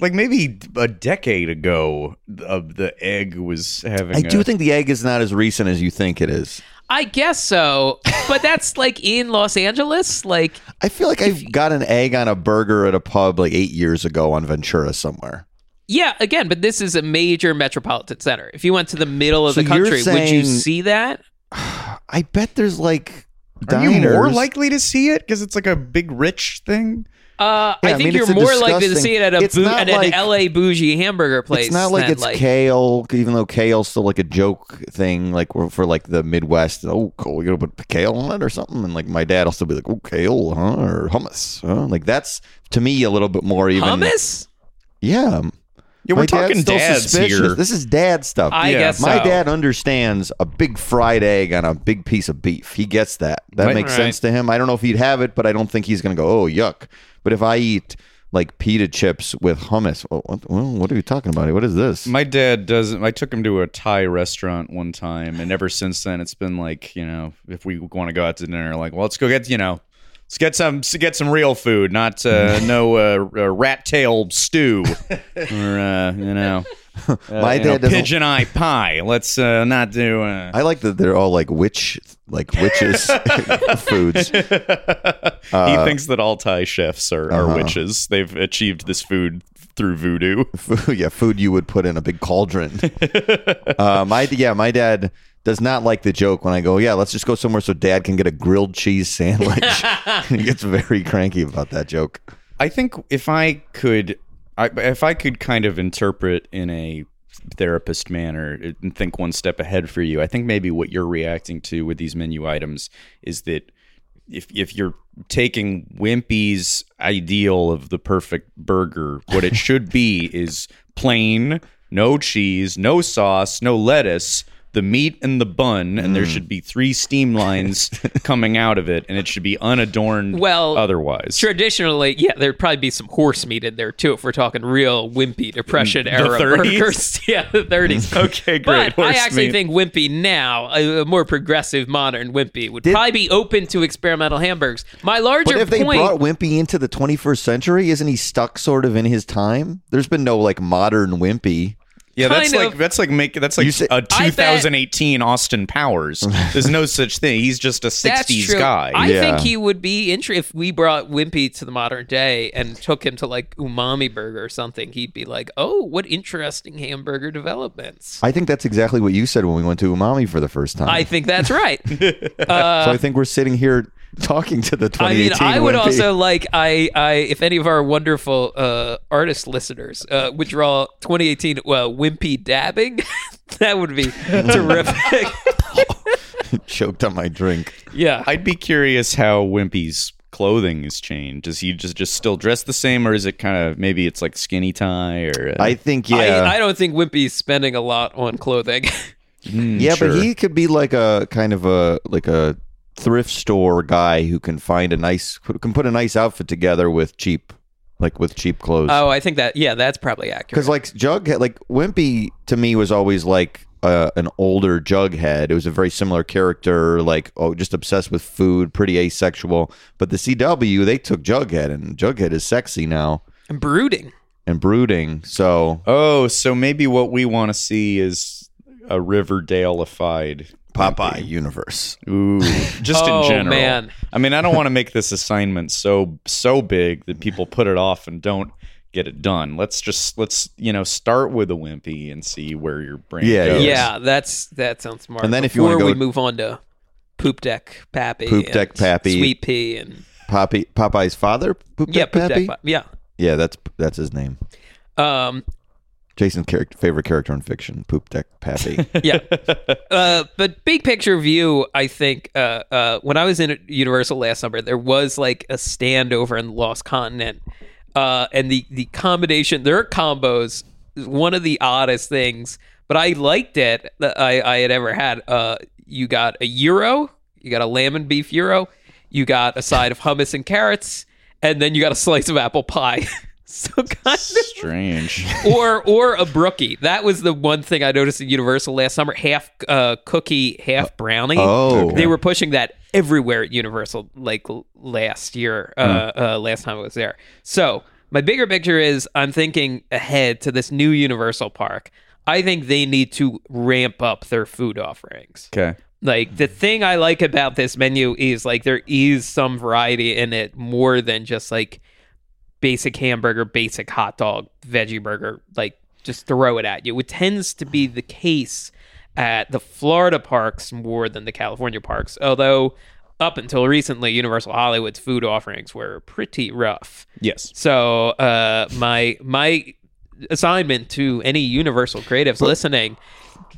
like. Maybe a decade ago, of the egg was having.
I
a-
do think the egg is not as recent as you think it is.
I guess so, but that's like in Los Angeles, like.
I feel like I got an egg on a burger at a pub like eight years ago on Ventura somewhere.
Yeah, again, but this is a major metropolitan center. If you went to the middle of
So
the
you're
country, would
saying-
you see that?
I bet there's like
Are you more
diners-
likely to see it because it's like a big rich thing?
Uh,
Yeah,
I
I
think
mean,
you're
it's a
more likely to
disgusting-
see it at a
it's
boo-
not
at
like-
an LA bougie hamburger place.
It's not like
than,
it's kale, even though kale's still like a joke thing, like for- for like the Midwest. Oh, cool, you gonna put kale on it or something? And like my dad will still be like, oh, kale, huh? Or hummus, huh? Like that's to me a little bit more even.
hummus.
Yeah.
Yeah,
My
we're
dad's
talking
still
dads
suspicious.
here.
This is dad stuff.
I
Yeah.
guess
my
so.
dad understands a big fried egg on a big piece of beef. He gets that. That
Right.
makes sense to him. I don't know if he'd have it, but I don't think he's going to go, oh, yuck. But if I eat like pita chips with hummus, well, what, well, what are you talking about? What is this?
My dad doesn't. I took him to a Thai restaurant one time, and ever since then, it's been like you know, if we want to go out to dinner, like, well, let's go get you know, let's get some let's get some real food, not uh, no uh, uh, rat tail stew or uh, you know,
My
Uh, you know,
dad doesn't.
pigeon eye pie. Let's uh, not do. Uh,
I like that they're all like witch, like witches foods.
he thinks that all Thai chefs are, are witches. They've achieved this food through voodoo.
food, yeah, food you would put in a big cauldron. uh, my yeah, my dad does not like the joke when I go, yeah, let's just go somewhere so dad can get a grilled cheese sandwich. he gets very cranky about that joke.
I think if I could, I, if I could kind of interpret in a therapist manner uh, and think one step ahead for you, I think maybe what you're reacting to with these menu items is that if if you're taking Wimpy's ideal of the perfect burger, what it should be is plain, no cheese, no sauce, no lettuce, the meat and the bun, and there should be three steam lines coming out of it, and it should be unadorned.
Well,
otherwise,
Traditionally, yeah, there'd probably be some horse meat in there too if we're talking real wimpy depression era
30s?
burgers. Yeah, the 30s. okay,
great,
But I
horse
actually
meat.
think wimpy now, a, a more progressive modern wimpy, would probably be open to experimental hamburgers. My larger
But if they
point.
brought Wimpy into the 21st century, isn't he stuck sort of in his time? There's been no like modern Wimpy.
Yeah, that's
Kind
like
of.
that's like make that's like
You say-
a
I bet-
2018 Austin Powers. There's no such thing. He's just a 60s
That's true.
guy.
I
Yeah.
think he would be interested if we brought Wimpy to the modern day and took him to like Umami Burger or something. He'd be like, "Oh, what interesting hamburger developments."
I think that's exactly what you said when we went to Umami for the first time.
I think that's right.
so I think we're sitting here talking to the
Uh, I
2018.
mean, I would
Wimpy.
also like I, I if any of our wonderful uh, artist listeners uh, would draw 2018 uh, Wimpy dabbing, that would be terrific.
choked on my drink.
yeah,
I'd be curious how Wimpy's clothing has changed. Does he just just still dress the same, or is it kind of maybe it's like skinny tie or? uh,
I think yeah,
I, I don't think Wimpy's spending a lot on clothing.
yeah,
hmm, sure.
but he could be like a kind of a like a thrift store guy who can find a nice can put a nice outfit together with cheap like with cheap clothes.
oh, I think that yeah, that's probably accurate.
Because like Jughead, like Wimpy to me was always like uh, an older Jughead. It was a very similar character, like oh, just obsessed with food, pretty asexual. But the CW they took Jughead, and Jughead is sexy now
I'm brooding.
and brooding. So
oh, so maybe what we want to see is a Riverdale-ified
Popeye universe.
Ooh, just
Oh,
in general.
man.
I mean, I don't want to make this assignment so so big that people put it off and don't get it done. Let's just let's you know start with a wimpy and see where your brain
Yeah,
goes.
Yeah, that's that sounds smart.
And then if you
Before
wanna
we
go-
move on to poop deck pappy,
Poop
and
Deck Pappy.
sweet pea, and
Poppy Popeye's father, Poop
yeah,
Deck
poop
Pappy.
deck, Pa- yeah.
yeah, that's that's his name.
Um,
Jason's character, favorite character in fiction, Poop Deck Pappy.
yeah. Uh, but big picture view, I think uh, uh, when I was in Universal last summer, there was like a stand over in Lost Continent, uh, and the the combination their combos is one of the oddest things. But I liked it that I, I had ever had. Uh, you got a euro, you got a lamb and beef euro, you got a side of hummus and carrots, and then you got a slice of apple pie. so kind of
Strange.
or or a brookie. That was the one thing I noticed at Universal last summer. Half uh, cookie, half brownie.
Oh.
they were pushing that everywhere at Universal. Like l- last year, uh, uh, last time I was there. So my bigger picture is I'm thinking ahead to this new Universal park. I think they need to ramp up their food offerings.
Okay.
Like the thing I like about this menu is like there is some variety in it more than just like basic hamburger, basic hot dog, veggie burger, like just throw it at you. It tends to be the case at the Florida parks more than the California parks. Although up until recently Universal Hollywood's food offerings were pretty rough.
Yes.
So uh, my my assignment to any Universal creatives listening,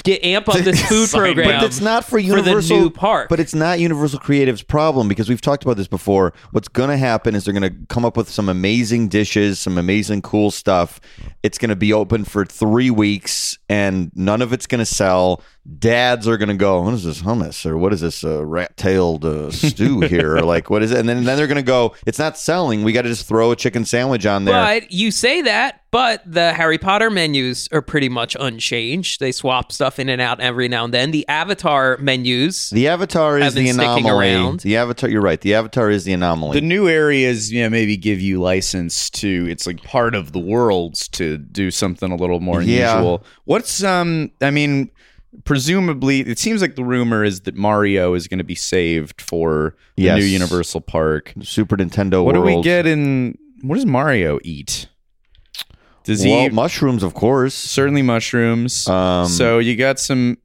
get amp up this food program.
But it's not for
the
Universal
new park.
But it's not Universal Creative's problem because we've talked about this before. What's going to happen is they're going to come up with some amazing dishes, some amazing cool stuff. It's going to be open for three weeks, and none of it's going to sell. Dads are going to go, what is this hummus or what is this uh, rat-tailed uh, stew here? Or like what is it? And then, then they're going to go, it's not selling. We got to just throw a chicken sandwich on there.
But you say that, but the Harry Potter menus are pretty much unchanged. They swap stuff in and out every now and then. The Avatar menus,
the avatar
Have
is
been
the
sticking
anomaly.
around.
The avatar, you're right. The avatar is the anomaly.
The new areas, yeah, maybe give you license to. It's like part of the worlds to do something a little more
Yeah.
unusual. What's um? I mean, presumably, it seems like the rumor is that Mario is going to be saved for the
Yes.
new Universal Park.
Super Nintendo
What
World.
do we get in? What does Mario eat? Does he
well,
eat
mushrooms, of course.
certainly mushrooms?
Um,
so you got some.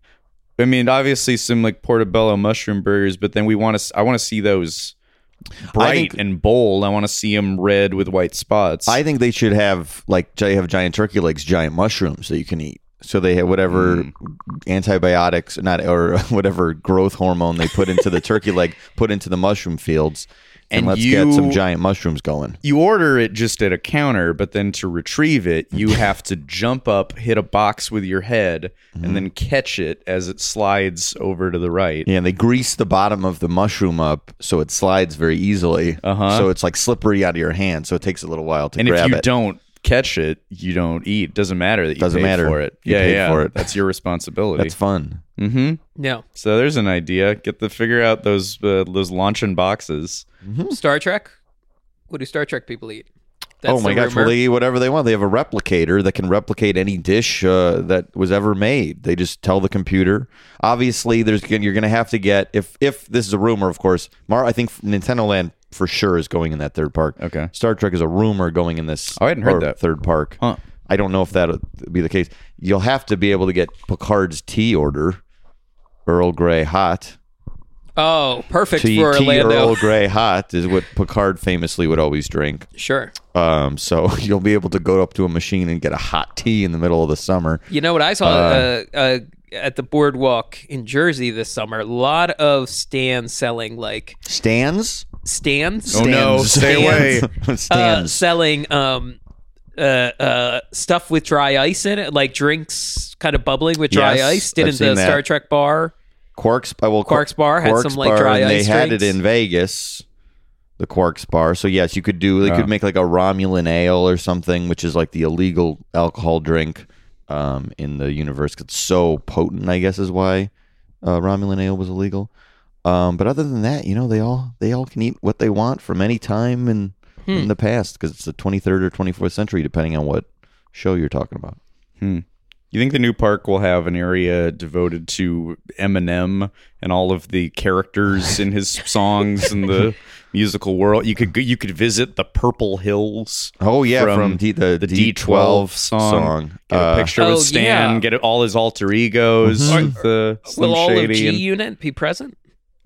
I mean, obviously some like portobello mushroom burgers, but then we want to. I want to see those
I
bright
think-
and bold. I want to see them red with white spots.
I think they should have like they have giant turkey legs, giant mushrooms that you can eat. So they have whatever
Hmm.
antibiotics, not or whatever growth hormone they put into the turkey leg, put into the mushroom fields, and,
And
let's get
you-
some giant mushrooms going.
you order it just at a counter, but then to retrieve it, you have to jump up, hit a box with your head,
Mm-hmm.
and then catch it as it slides over to the right.
Yeah, and they grease the bottom of the mushroom up so it slides very easily.
Uh-huh.
So it's like slippery out of your hand. So it takes a little while to
and
grab
if you
it.
don't catch it, you don't eat. Doesn't matter that you
Doesn't
paid
matter.
for it.
You
yeah,
paid
yeah.
for it.
That's your responsibility.
That's fun.
mm-hmm.
no
So there's an idea. Get the figure out those uh, those launching boxes.
Star Trek. What do Star Trek people eat? That's
Hmm. oh my
the
gosh!
rumor.
Well, they eat whatever they want. They have a replicator that can replicate any dish uh, that was ever made. They just tell the computer. Obviously, there's gonna- you're going to have to get if if this is a rumor, of course. Mar, I think Nintendo Land for sure is going in that third park.
Okay.
Star Trek is a rumor going in this.
Oh, I hadn't heard
or
that.
third park.
Huh.
I don't know if that'll be the case. You'll have to be able to get Picard's tea order, Earl Grey hot.
Oh, perfect
Tea,
for
tea
Orlando.
Earl Grey hot is what Picard famously would always drink.
Sure.
Um, so you'll be able to go up to a machine and get a hot tea in the middle of the summer.
You know what I saw uh, uh, at the boardwalk in Jersey this summer? A lot of stands selling like
Stands?
stands.
Oh, no.
Stands.
Stay away.
uh,
Stands.
selling um uh uh stuff with dry ice in it, like drinks kind of bubbling with dry
Yes,
ice. Did
I've
in
seen
the
that.
Star Trek bar.
Quarks. uh, Well, Qu-
Quark's Bar had some, like, dry
and
ice
They had it
drinks.
in Vegas. The Quarks Bar. So yes, you could do. They
Oh.
could make like a Romulan ale or something, which is like the illegal alcohol drink um, in the universe. 'cause It's so potent. I guess is why uh, Romulan ale was illegal. Um, but other than that, you know, they all they all can eat what they want from any time in in
Hmm.
the past because it's the 23rd or 24th century, depending on what show you're talking about.
You think the new park will have an area devoted to Eminem and all of the characters in his songs and the musical world? You could go- you could visit the Purple Hills.
Oh yeah, from, D, the,
the
D12
D twelve song. Get a
Uh,
picture
Oh,
with Stan.
yeah.
Get all his alter egos.
Mm-hmm.
With, uh, Slim
Will all of
Shady
G
and-
Unit be present?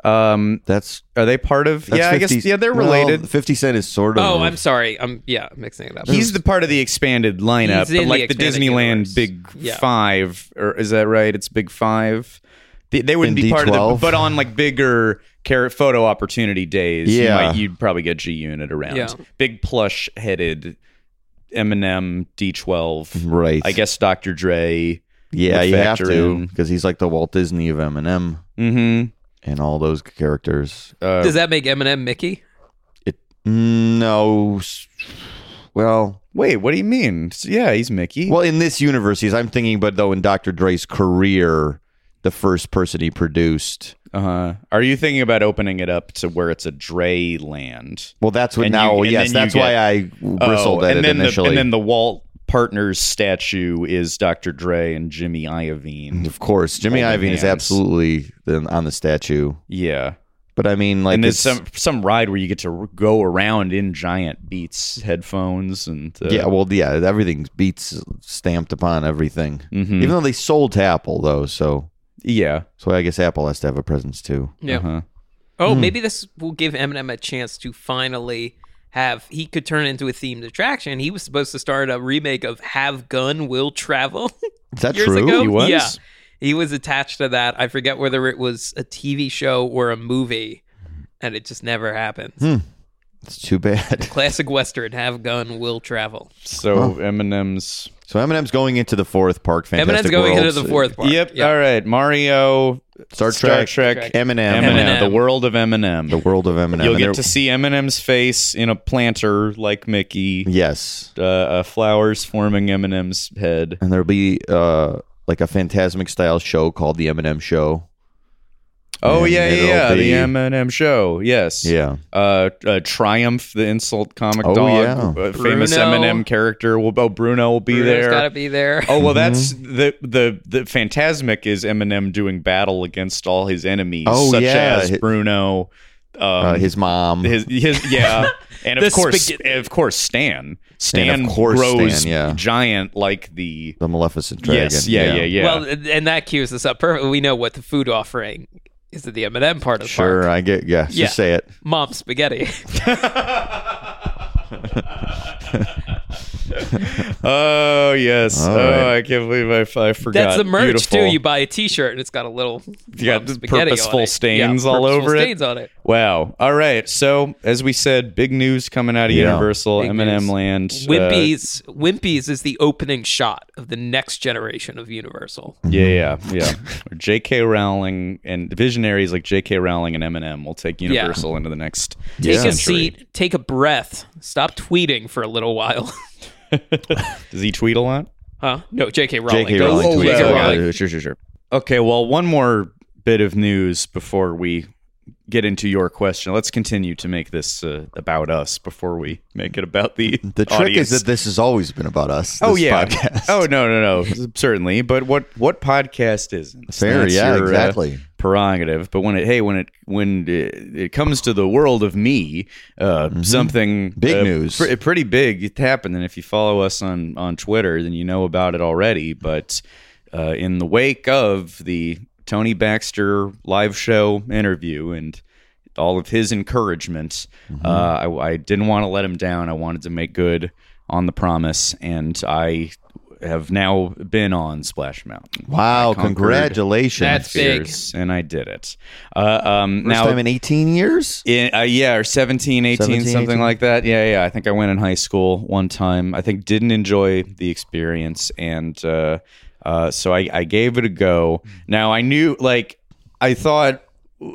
um,
That's
are they part of?
That's
yeah, I
50
guess. Yeah, they're
well,
related.
Fifty Cent is sort of.
Oh, I'm sorry. I'm yeah, I'm mixing it up.
He's the part of the expanded lineup,
He's in
but
the
like the,
expanded
Disneyland
universe.
Big
Yeah.
Five, or is that right? It's Big Five. They, they wouldn't
In
be part of
D12?
the, but on like bigger carrot photo opportunity days, you
Yeah.
might- you'd probably get G Unit around.
Yeah.
Big plush headed Eminem D12.
right.
I guess Dr. Dre.
Yeah,
would
you have
factor
to
in.
because he's like the Walt Disney of Eminem
Mm-hmm.
and all those characters.
Uh,
Does that make Eminem Mickey?
Mm, No, s- well,
wait, what do you mean? S- Yeah, he's Mickey.
well, in this universe, he's. I'm thinking, but though in Dr. Dre's career, the first person he produced.
Uh-huh. Are you thinking about opening it up to where it's a Dre land?
Well, that's what
And
now.
you- and
yes,
then you
that's why
get-
I bristled
Oh,
at
and
it
then
initially.
The, and then the Walt Partners statue is Dr. Dre and Jimmy Iovine.
Mm, of course, Jimmy
Holding
Iovine is
hands.
absolutely the- on the statue.
Yeah,
But I mean, like,
and there's
it's-
some some ride where you get to r- go around in giant Beats headphones and uh,
yeah, well, yeah, everything beats stamped upon everything.
Mhm.
Even though they sold to Apple, though, so
yeah.
so I guess Apple has to have a presence too.
Yeah.
Uh-huh.
Oh, maybe this will give Eminem a chance to finally have he could turn it into a themed attraction. He was supposed to start a remake of Have Gun Will Travel
Is that
years
true?
ago.
He was?
Yeah. He was attached to that. I forget whether it was a TV show or a movie, and it just never happened.
Hmm.
It's too bad.
Classic Western, have gun, will travel.
So Eminem's.
So Eminem's going into the fourth park. Fantastic
Eminem's going
Worlds,
into the fourth part.
Yep.
Yeah.
All right. Mario.
Star Trek, Eminem,
Eminem.
Eminem.
The world of Eminem.
the world of Eminem.
You'll
And
get
there-
to see Eminem's face in a planter like Mickey.
yes,
Uh, uh, flowers forming Eminem's head.
and there'll be uh like a Fantasmic style show called the Eminem Show.
Oh
And
yeah, yeah,
it'll
yeah.
be-
the M&M show. Yes.
Yeah.
Uh, uh, Triumph, the insult comic
Oh,
dog,
yeah.
uh, famous
Bruno.
M&M character. Will oh, Bruno will be
Bruno's
there.
gotta be there.
Oh well, that's
Mm-hmm.
the the the Phantasmic is Eminem doing battle against all his enemies,
Oh,
such
yeah.
as Bruno, um,
Uh, his mom.
his, his- yeah, and
The
of course,
spaghetti-
and of course, Stan. Stan
of course
grows
Stan, yeah.
giant like the.
the Maleficent Dragon.
Yes, yeah, yeah, yeah.
Well, and that cues us up perfectly. We know what the food offering is at the M&M part of the
Sure,
park.
I get. Yeah,
Yeah.
just say it.
Mom spaghetti.
Oh yes.
All
oh,
right.
I can't believe I, I forgot.
That's the merch
Beautiful.
too. You buy a T-shirt and it's got a little
You got
Mom
the
spaghetti
purposeful
on it.
stains
yeah,
all
purposeful
over it.
stains on it.
Wow. All right. So as we said, big news coming out of
Yeah.
Universal,
Big
Eminem
news.
Land. uh,
Wimpy's Wimpy's is the opening shot of the next generation of Universal.
yeah, yeah, yeah. J.K. Rowling and visionaries like J.K. Rowling and Eminem will take Universal into the next.
Take a
century.
seat, take a breath, stop tweeting for a little while.
Does he tweet a lot?
Huh? No, J.K. Rowling.
J.K.
Go-
Rowling
oh,
tweets.
yeah,
it
yeah,
out.
yeah.
Sure, sure, sure.
Okay. Well, one more bit of news before we get into your question. Let's continue to make this uh, about us before we make it about the
The trick
audience.
is that this has always been about us.
oh
this
yeah,
podcast.
oh no no no certainly. But what what podcast is it?
Fair, yeah,
uh,
exactly.
prerogative. But when it hey when it when it, it comes to the world of me, uh, something
Mm-hmm. Big
uh,
news.
pre- pretty big it happened. And if you follow us on on Twitter, then you know about it already. But uh, in the wake of the Tony Baxter live show interview and all of his encouragement,
Mm-hmm.
uh, I, I didn't want to let him down. I wanted to make good on the promise, and I have now been on Splash Mountain.
Wow!
conquered.
Congratulations.
That's big.
Years, and I did it. Uh, um,
First
now,
time in 18 years.
in, uh, yeah, or 17, 18,
17,
something
18.
like that. Yeah, yeah. I think I went in high school one time. I think didn't enjoy the experience, and uh, uh, so I, I gave it a go. Now I knew, like, I thought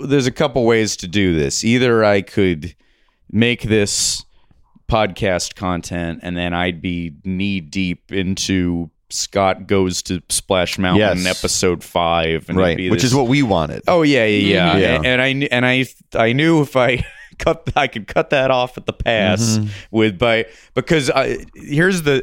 there's a couple ways to do this. Either I could make this podcast content, and then I'd be knee deep into. Scott goes to Splash Mountain
Yes.
episode five, and it'd be
Right, which
this-
is what we wanted.
Oh yeah, yeah, yeah.
Yeah.
And I kn- and I I knew if I cut I could cut that off at the
Mm-hmm.
pass with by because I here's the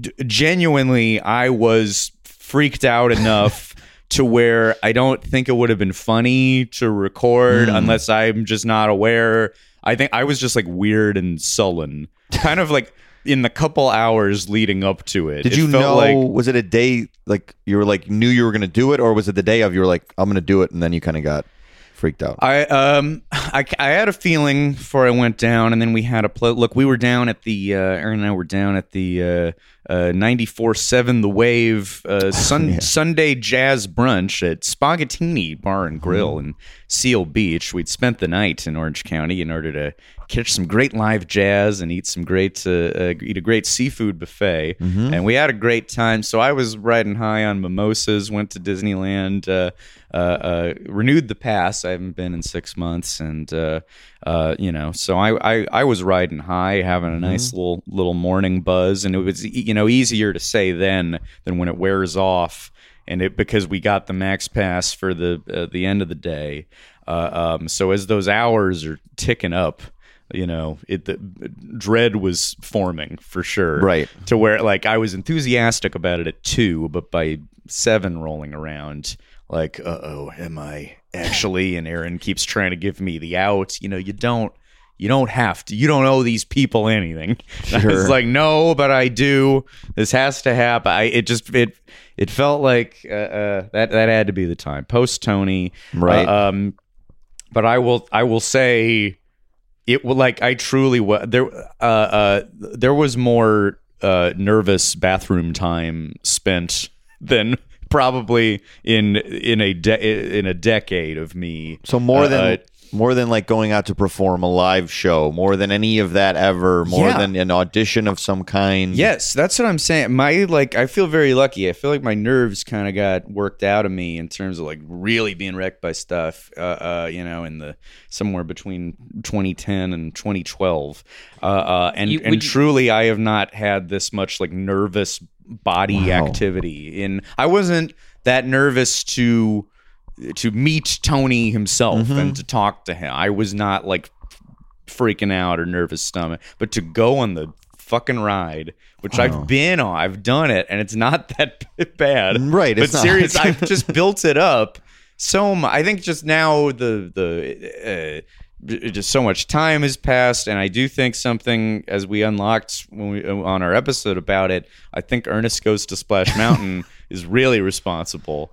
d- genuinely I was freaked out enough to where I don't think it would have been funny to record
Mm.
unless I'm just not aware. I think I was just like weird and sullen, kind of like in the couple hours leading up to it.
Did
It
you
felt
know?
like-
was it a day like you were like knew you were going to do it, or was it the day of you were like I'm going to do it, and then you kind of got freaked out?
I um I, I had a feeling before I went down, and then we had a pl- look. We were down at the uh, Aaron and I were down at the uh, uh, ninety four seven The Wave uh, sun, Sunday Jazz Brunch at Spaghettini Bar and Grill in Seal Beach. We'd spent the night in Orange County in order to catch some great live jazz and eat some great uh, uh, eat a great seafood buffet, and we had a great time. So I was riding high on mimosas. Went to Disneyland. Uh, uh, uh, renewed the pass. I haven't been in six months, and uh, uh, you know, so I, I I was riding high, having a nice little little morning buzz, and it was e- you know easier to say then than when it wears off, and it because we got the max pass for the uh, the end of the day. Uh, um, so as those hours are ticking up. You know, it the uh, dread was forming for sure.
Right.
To where like I was enthusiastic about it at two, but by seven rolling around, like, uh oh, am I actually? And Aaron keeps trying to give me the out. You know, you don't you don't have to. You don't owe these people anything. Sure. I was like, no, but I do. This has to happen. I it just it it felt like uh, uh that that had to be the time. Post Tony.
Right.
um but I will I will say it wa- like I truly was there. Uh, uh, there was more uh, nervous bathroom time spent than probably in in a de- in a decade of me.
so more
Uh,
than
uh,
more than like going out to perform a live show, more than any of that ever, more
Yeah.
than an audition of some kind.
Yes, that's what I'm saying. My like, I feel very lucky. I feel like my nerves kind of got worked out of me in terms of like really being wrecked by stuff. Uh, uh, you know, in the somewhere between 2010 and 2012, uh, uh, and
You-
and
would you-
truly, I have not had this much like nervous body activity. In I wasn't that nervous to to meet Tony himself
Mm-hmm.
and to talk to him. I was not like freaking out or nervous stomach, but to go on the fucking ride, which I've been on, I've done it, and it's not that bad,
Right,
But
it's not.
serious, I've just built it up so. mu I think just now the the. Uh, j- just so much time has passed, and I do think something as we unlocked when we uh, on our episode about it. I think Ernest goes to Splash Mountain is really responsible.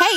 Hey,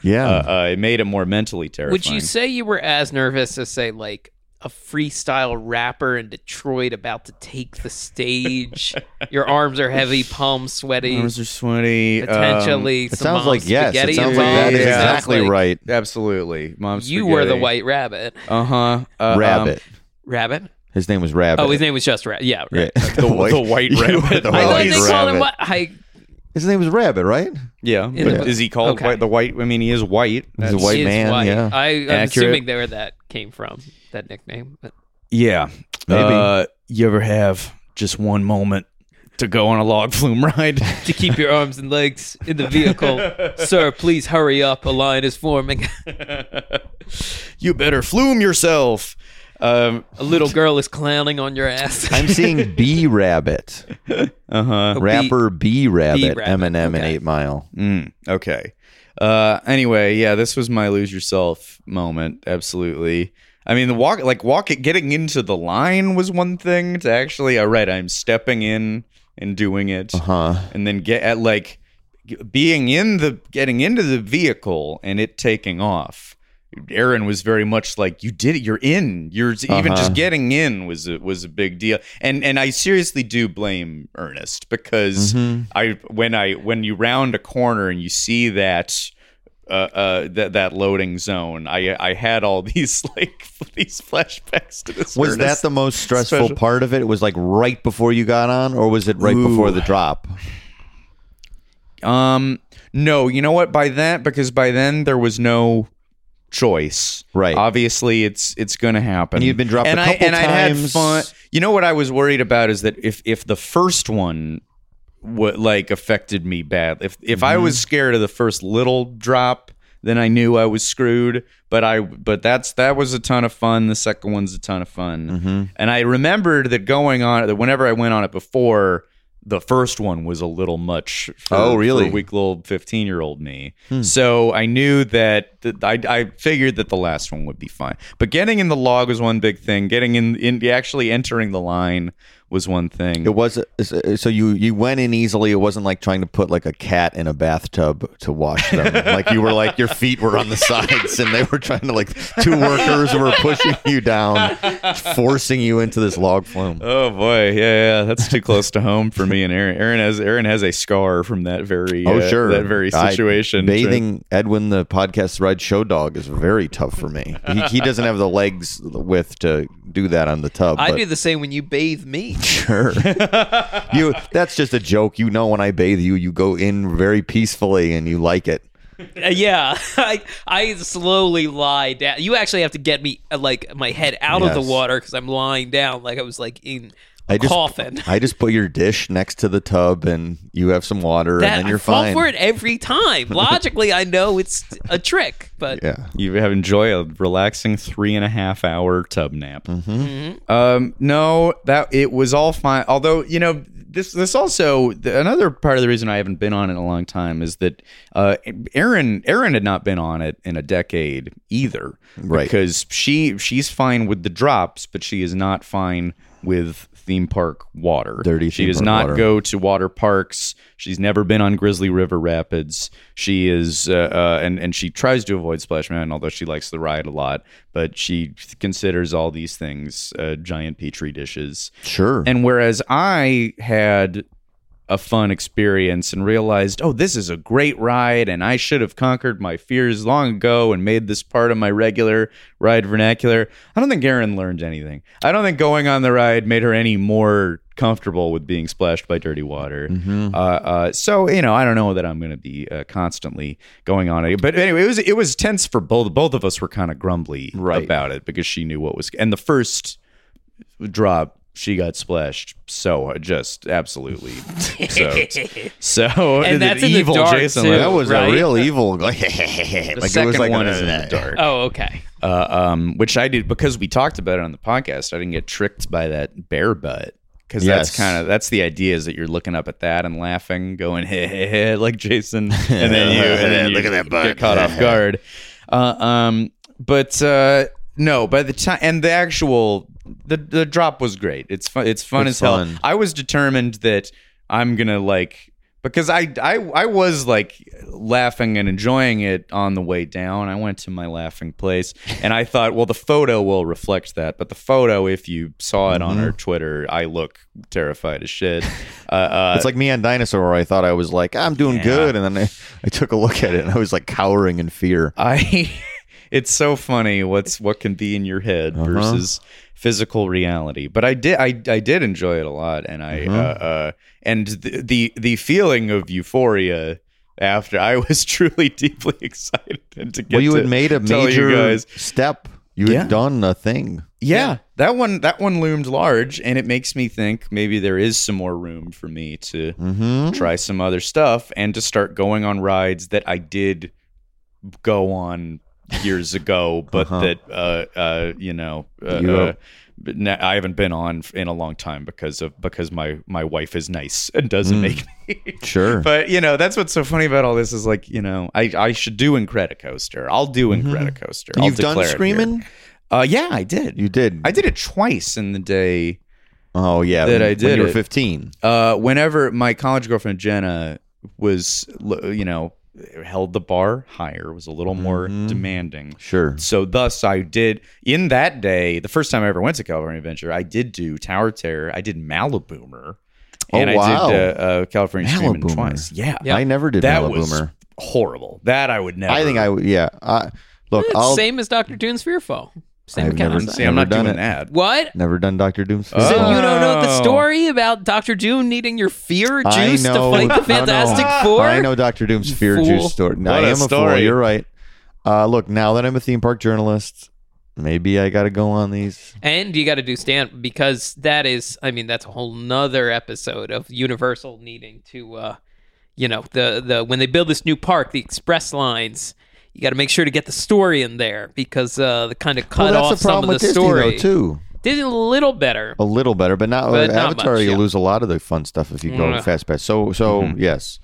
Yeah.
Uh, uh, it made it more mentally terrifying.
Would you say you were as nervous as say like a freestyle rapper in Detroit about to take the stage? Your arms are heavy, palms sweaty,
Arms are sweaty. um,
potentially.
it
some
sounds
mom's
like yes.
spaghetti
It sounds like that
involved.
is
It sounds
exactly
like
right.
absolutely, mom.
You were the white rabbit.
Uh-huh. Uh
Rabbit.
Rabbit.
his name was Rabbit.
Oh, his name was just Rabbit. Yeah, right.
Yeah.
The- the white
You were
rabbit.
the
I thought
white
they
rabbit.
called him what? I
His name was Rabbit, right?
Yeah,
In
but
the-
is he called
okay.
white, the white? I mean, he is white.
He's a
That's-
white
is
man.
white.
Yeah.
I, I'm
Accurate.
assuming there that came from that nickname. But
Yeah,
Maybe.
Uh, you ever have just one moment to go on a log flume ride?
to keep your arms and legs in the vehicle, sir. Please hurry up. A line is forming.
you better flume yourself. Um,
A little girl is clowning on your ass.
I'm seeing B Rabbit. Uh huh. Rapper B Rabbit.
Rabbit,
Eminem and
okay.
Eight Mile.
mm, okay. Uh, anyway, yeah, this was my lose yourself moment. Absolutely. I mean, the walk, like walk, it, getting into the line was one thing. To actually, all right, I'm stepping in and doing it.
Huh.
and then get at like g- being in the getting into the vehicle and it taking off. Aaron was very much like you did it. You're in. You're even
Uh-huh.
just getting in was a, was a big deal. And and I seriously do blame Ernest because
Mm-hmm.
I when I when you round a corner and you see that uh, uh that that loading zone, I I had all these like these flashbacks to this.
Was that
Ernest
the most stressful
special-
part of it? Was like right before you got on, or was it right before the drop?
Um, no, you know what? By then, because by then there was no choice.
Right.
Obviously, it's it's going to happen.
And you'd been dropped
and
a
I-
couple
and I had
times.
fun. You know what I was worried about is that if if the first one what like affected me bad. If if I
Mm-hmm.
was scared of the first little drop, then I knew I was screwed. But I but that's that was a ton of fun. The second one's a ton of fun.
Mm-hmm.
And I remembered that going on that whenever I went on it before, the first one was a little much. For,
Oh, really? Hmm.
For weak little fifteen year old me. So I knew that that I I figured that the last one would be fine. But getting in the log was one big thing. Getting in in actually entering the line was one thing.
It was uh, so you you went in easily. It wasn't like trying to put like a cat in a bathtub to wash them. like you were like your feet were on the sides, and they were trying to like two workers were pushing you down, forcing you into this log flume.
Oh boy, yeah, yeah, that's too close to home for me and Aaron. Aaron has Aaron has a scar from that very
Oh
uh,
sure,
that very
I-
situation.
bathing Edwin the podcast red show dog is very tough for me. He, he doesn't have the legs width to do that on the tub.
I
but-
do the same when you bathe me.
Sure. you that's just a joke. You know when I bathe you, you go in very peacefully and you like it.
Uh, yeah, I I slowly lie down. You actually have to get me uh, like my head out of
Yes.
the water because I'm lying down like I was like in a
I just
coffin.
I just put your dish next to the tub and you have some water
that
and then you're
I fall
fine.
for it every time. Logically, I know it's a trick, but
Yeah.
You have enjoy a relaxing three and a half hour tub nap.
Mm-hmm.
Um, no, that it was all fine. Although you know this this also th- another part of the reason I haven't been on it in a long time is that uh, Aaron Aaron had not been on it in a decade either.
Right.
Because she she's fine with the drops, but she is not fine with theme park water.
Dirty
She
theme
does
park
not
water.
go go to water parks. She's never been on Grizzly River Rapids. She is, uh, uh, and and she tries to avoid Splash Mountain, although she likes the ride a lot. But she considers all these things uh, giant petri dishes.
Sure.
And whereas I had a fun experience and realized, oh, this is a great ride, and I should have conquered my fears long ago and made this part of my regular ride vernacular. I don't think Erin learned anything. I don't think going on the ride made her any more comfortable with being splashed by dirty water.
Mm-hmm.
Uh, uh, so you know, I don't know that I'm going to be uh, constantly going on it. But anyway, it was it was tense for both. Both of us were kind of grumbly
Right.
about it because she knew what was and the first drop she got splashed so uh, just absolutely so so
And that's in the
evil
dark,
Jason
too.
That was
Right?
a real evil. Like, it was
second
like,
one
uh,
is in the dark.
Oh, okay.
uh, um, which I did because we talked about it on the podcast. I didn't get tricked by that bear butt because
Yes.
that's kind of that's the idea is that you're looking up at that and laughing, going hey, hey, hey, like Jason, and then you and then look at that butt get caught off guard. Uh, um, but uh, no, by the time and the actual the the drop was great. It's fun. It's fun
It's
as hell.
fun.
I was determined that I'm gonna like because I, I I was like laughing and enjoying it on the way down. I went to my laughing place and I thought, well, the photo will reflect that. But the photo, if you saw it on our Twitter, I look terrified as shit. Uh, uh,
It's like me on Dinosaur, where I thought I was like, I'm doing good. And then I, I took a look at it and I was like cowering in fear.
I it's so funny what's what can be in your head
Uh-huh.
versus physical reality. But I did I, I did enjoy it a lot and I
Uh-huh.
uh, uh and the, the the feeling of euphoria after I was truly deeply excited to get
Well, you
to
had made a
tell
major
you guys.
step. You
Yeah.
had done a thing.
Yeah, that one that one loomed large, and it makes me think maybe there is some more room for me to
Mm-hmm.
try some other stuff and to start going on rides that I did go on years ago, but that uh, uh, you know. Uh,
Uh-huh. You-
uh, but na- I haven't been on f- in a long time because of because my my wife is nice and doesn't
Hmm.
make me
Sure.
but you know, that's what's so funny about all this is like, you know, I, I should do Incredicoaster. I'll do Incredicoaster. I'll
Mm-hmm. You've done
declare it here.
Screamin'?
Uh, yeah, I did.
You did.
I did it twice in the day.
Oh, yeah.
That
when-
I
When
did
you were
it.
15.
Uh, whenever my college girlfriend Jenna was, l- you know, held the bar higher, was a little more demanding.
Mm-hmm. Sure.
So thus I did in that day, the first time I ever went to California Adventure, I did do Tower Terror, I did Malaboomer, and
Oh, wow.
I did uh, uh, California Screamin'
Malaboomer.
twice. Yeah,
I never did
that
Malaboomer.
was horrible. That I would never.
I think I would. Yeah. I, look,
It's
I'll.
same as Dr. Dune's Fearfall. Same
I've never
account.
See, I'm not
Never done
doing
it.
that.
What?
Never done Dr. Doom's.
So
Oh.
you don't know the
Oh.
story about Dr. Doom needing your fear juice to
know-
fight
no,
the
no.
Fantastic Four?
I know Dr. Doom's fear
fool.
juice story. No,
What
I
a
am a fool.
story.
You're right. Uh, look, now that I'm a theme park journalist, maybe I got to go on these.
And you got to do stand because that is, I mean, that's a whole nother episode of Universal needing to, uh, you know, the the when they build this new park, the express lines, you got to make sure to get the story in there because uh, the kind of cut
well,
off
that's the
some
problem
of
with
the
Disney,
story.
though, too.
Disney a little better.
A little better, but not
But
with
not
Avatar.
much,
you
yeah.
lose a lot of the fun stuff if you go
Mm.
Yeah.
fast pass. So, so
Mm-hmm.
yes,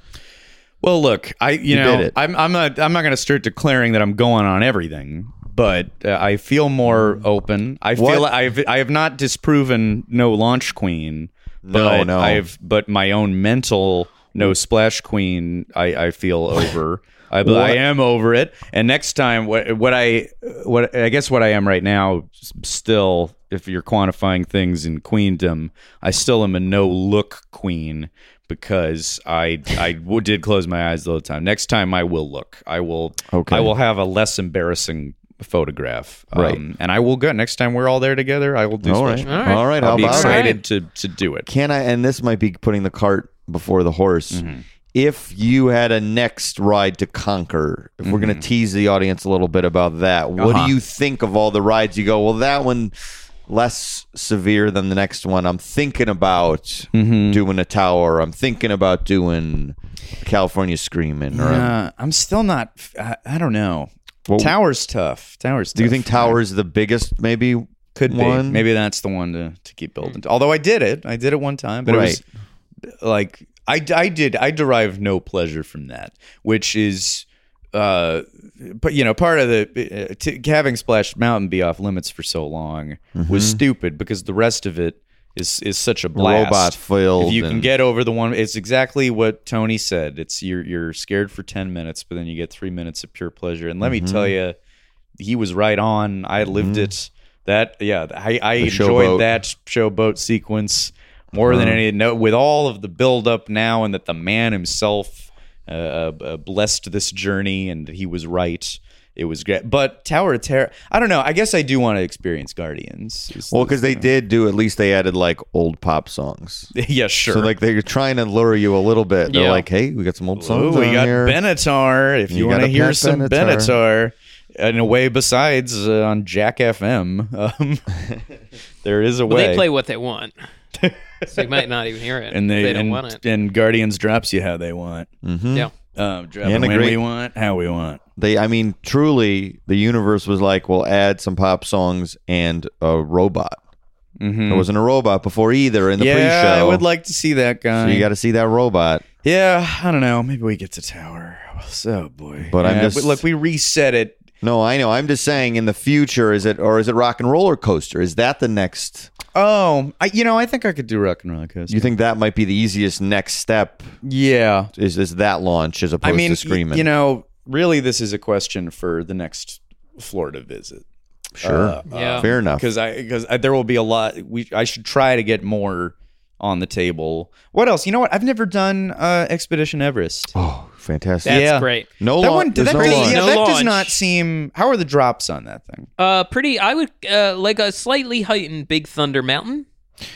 Well, look, I you,
You did
know
it.
I'm I'm not I'm not going to start declaring that I'm going on everything, but uh, I feel more open. I feel
What?
I've I have not disproven no launch queen. but
no.
I've but my own mental no splash queen. I I feel over. I, I am over it. And next time, what what I what I guess what I am right now, s- still, if you're quantifying things in queendom, I still am a no look queen because I I w- did close my eyes the whole time. Next time, I will look. I will.
Okay.
I will have a less embarrassing photograph. Um,
Right.
and I will go next time we're all there together. I will do.
all
splash
right,
queen.
all right.
I'll
how
be
about it?
excited to to do it.
Can I? And this might be putting the cart before the horse.
Mm-hmm.
If you had a next ride to conquer, if we're
Mm-hmm.
going to tease the audience a little bit about that, what
Uh-huh.
do you think of all the rides? You go, well, that one less severe than the next one. I'm thinking about
Mm-hmm.
doing a tower. I'm thinking about doing California Screaming. Or
Uh, I'm still not. f- I, I don't know.
Well-
Tower's tough. Tower's.
do you
tough.
think Tower is the biggest? Maybe
could be?
one?
Maybe that's the one to, to keep building. to. Although I did it, I did it one time, but
Hmm. Right.
it was like I, I did. I derived no pleasure from that, which is. Uh, but you know, part of the uh, t- having Splash Mountain be off limits for so long
Mm-hmm.
was stupid because the rest of it is is such a blast.
Robot-filled
If you can
and-
get get over the one. It's exactly what Tony said. It's you're you're scared for ten minutes, but then you get three minutes of pure pleasure. And let me tell
Mm-hmm.
you, he was right on. I lived it. That yeah, I, I
The
enjoyed
showboat.
that showboat sequence more than any no with all of the buildup now and that the man himself uh, uh, uh, blessed this journey and that he was right it was great but tower of terror i don't know i guess i do want to experience guardians Is
Well,
the-
because they did do at least they added like old pop songs.
yeah sure
So like they're trying to lure you a little bit. They're
Yeah.
like, hey, we got some old
Ooh,
songs.
we
on
got
here.
benatar if you,
You
want to
got a
hear
pet
some benatar.
Benatar.
in a way besides uh, on jack fm um, there is a
Well,
way
they play what they want, so you might not even hear it.
and they,
don't
and,
want it.
and guardians drops you how they want
Yeah.
Mm-hmm.
um, drop
And
it
a
when
great-
we want how we want
They, I mean, truly, the universe was like, we'll add some pop songs and a robot. There wasn't a robot before either in the
Mm-hmm. yeah,
pre-show.
I would like to see that guy.
So you got to see that robot.
yeah, I don't know. Maybe we get to Tower. So boy,
But I'm
Yeah,
just-
look. We reset it.
No, I know. I'm just saying, in the future, is it or is it rock and roller coaster? Is that the next?
Oh, I, you know, I think I could do Rock and Roller Coaster.
You think that might be the easiest next step?
yeah,
Is is that launch as opposed
I mean,
to
y-
screaming?
you know, really, this is a question for the next Florida visit
sure,
uh,
Yeah.
fair enough.
because I because there will be a lot. We I should try to get more on the table. What else? You know what? I've never done uh, Expedition Everest.
Oh, fantastic!
That's
yeah.
great.
No,
that
laun-
one
there's
that,
no
does,
launch.
yeah,
No
that does
launch.
not seem. How are the drops on that thing?
Uh, pretty. I would uh, like a slightly heightened Big Thunder Mountain.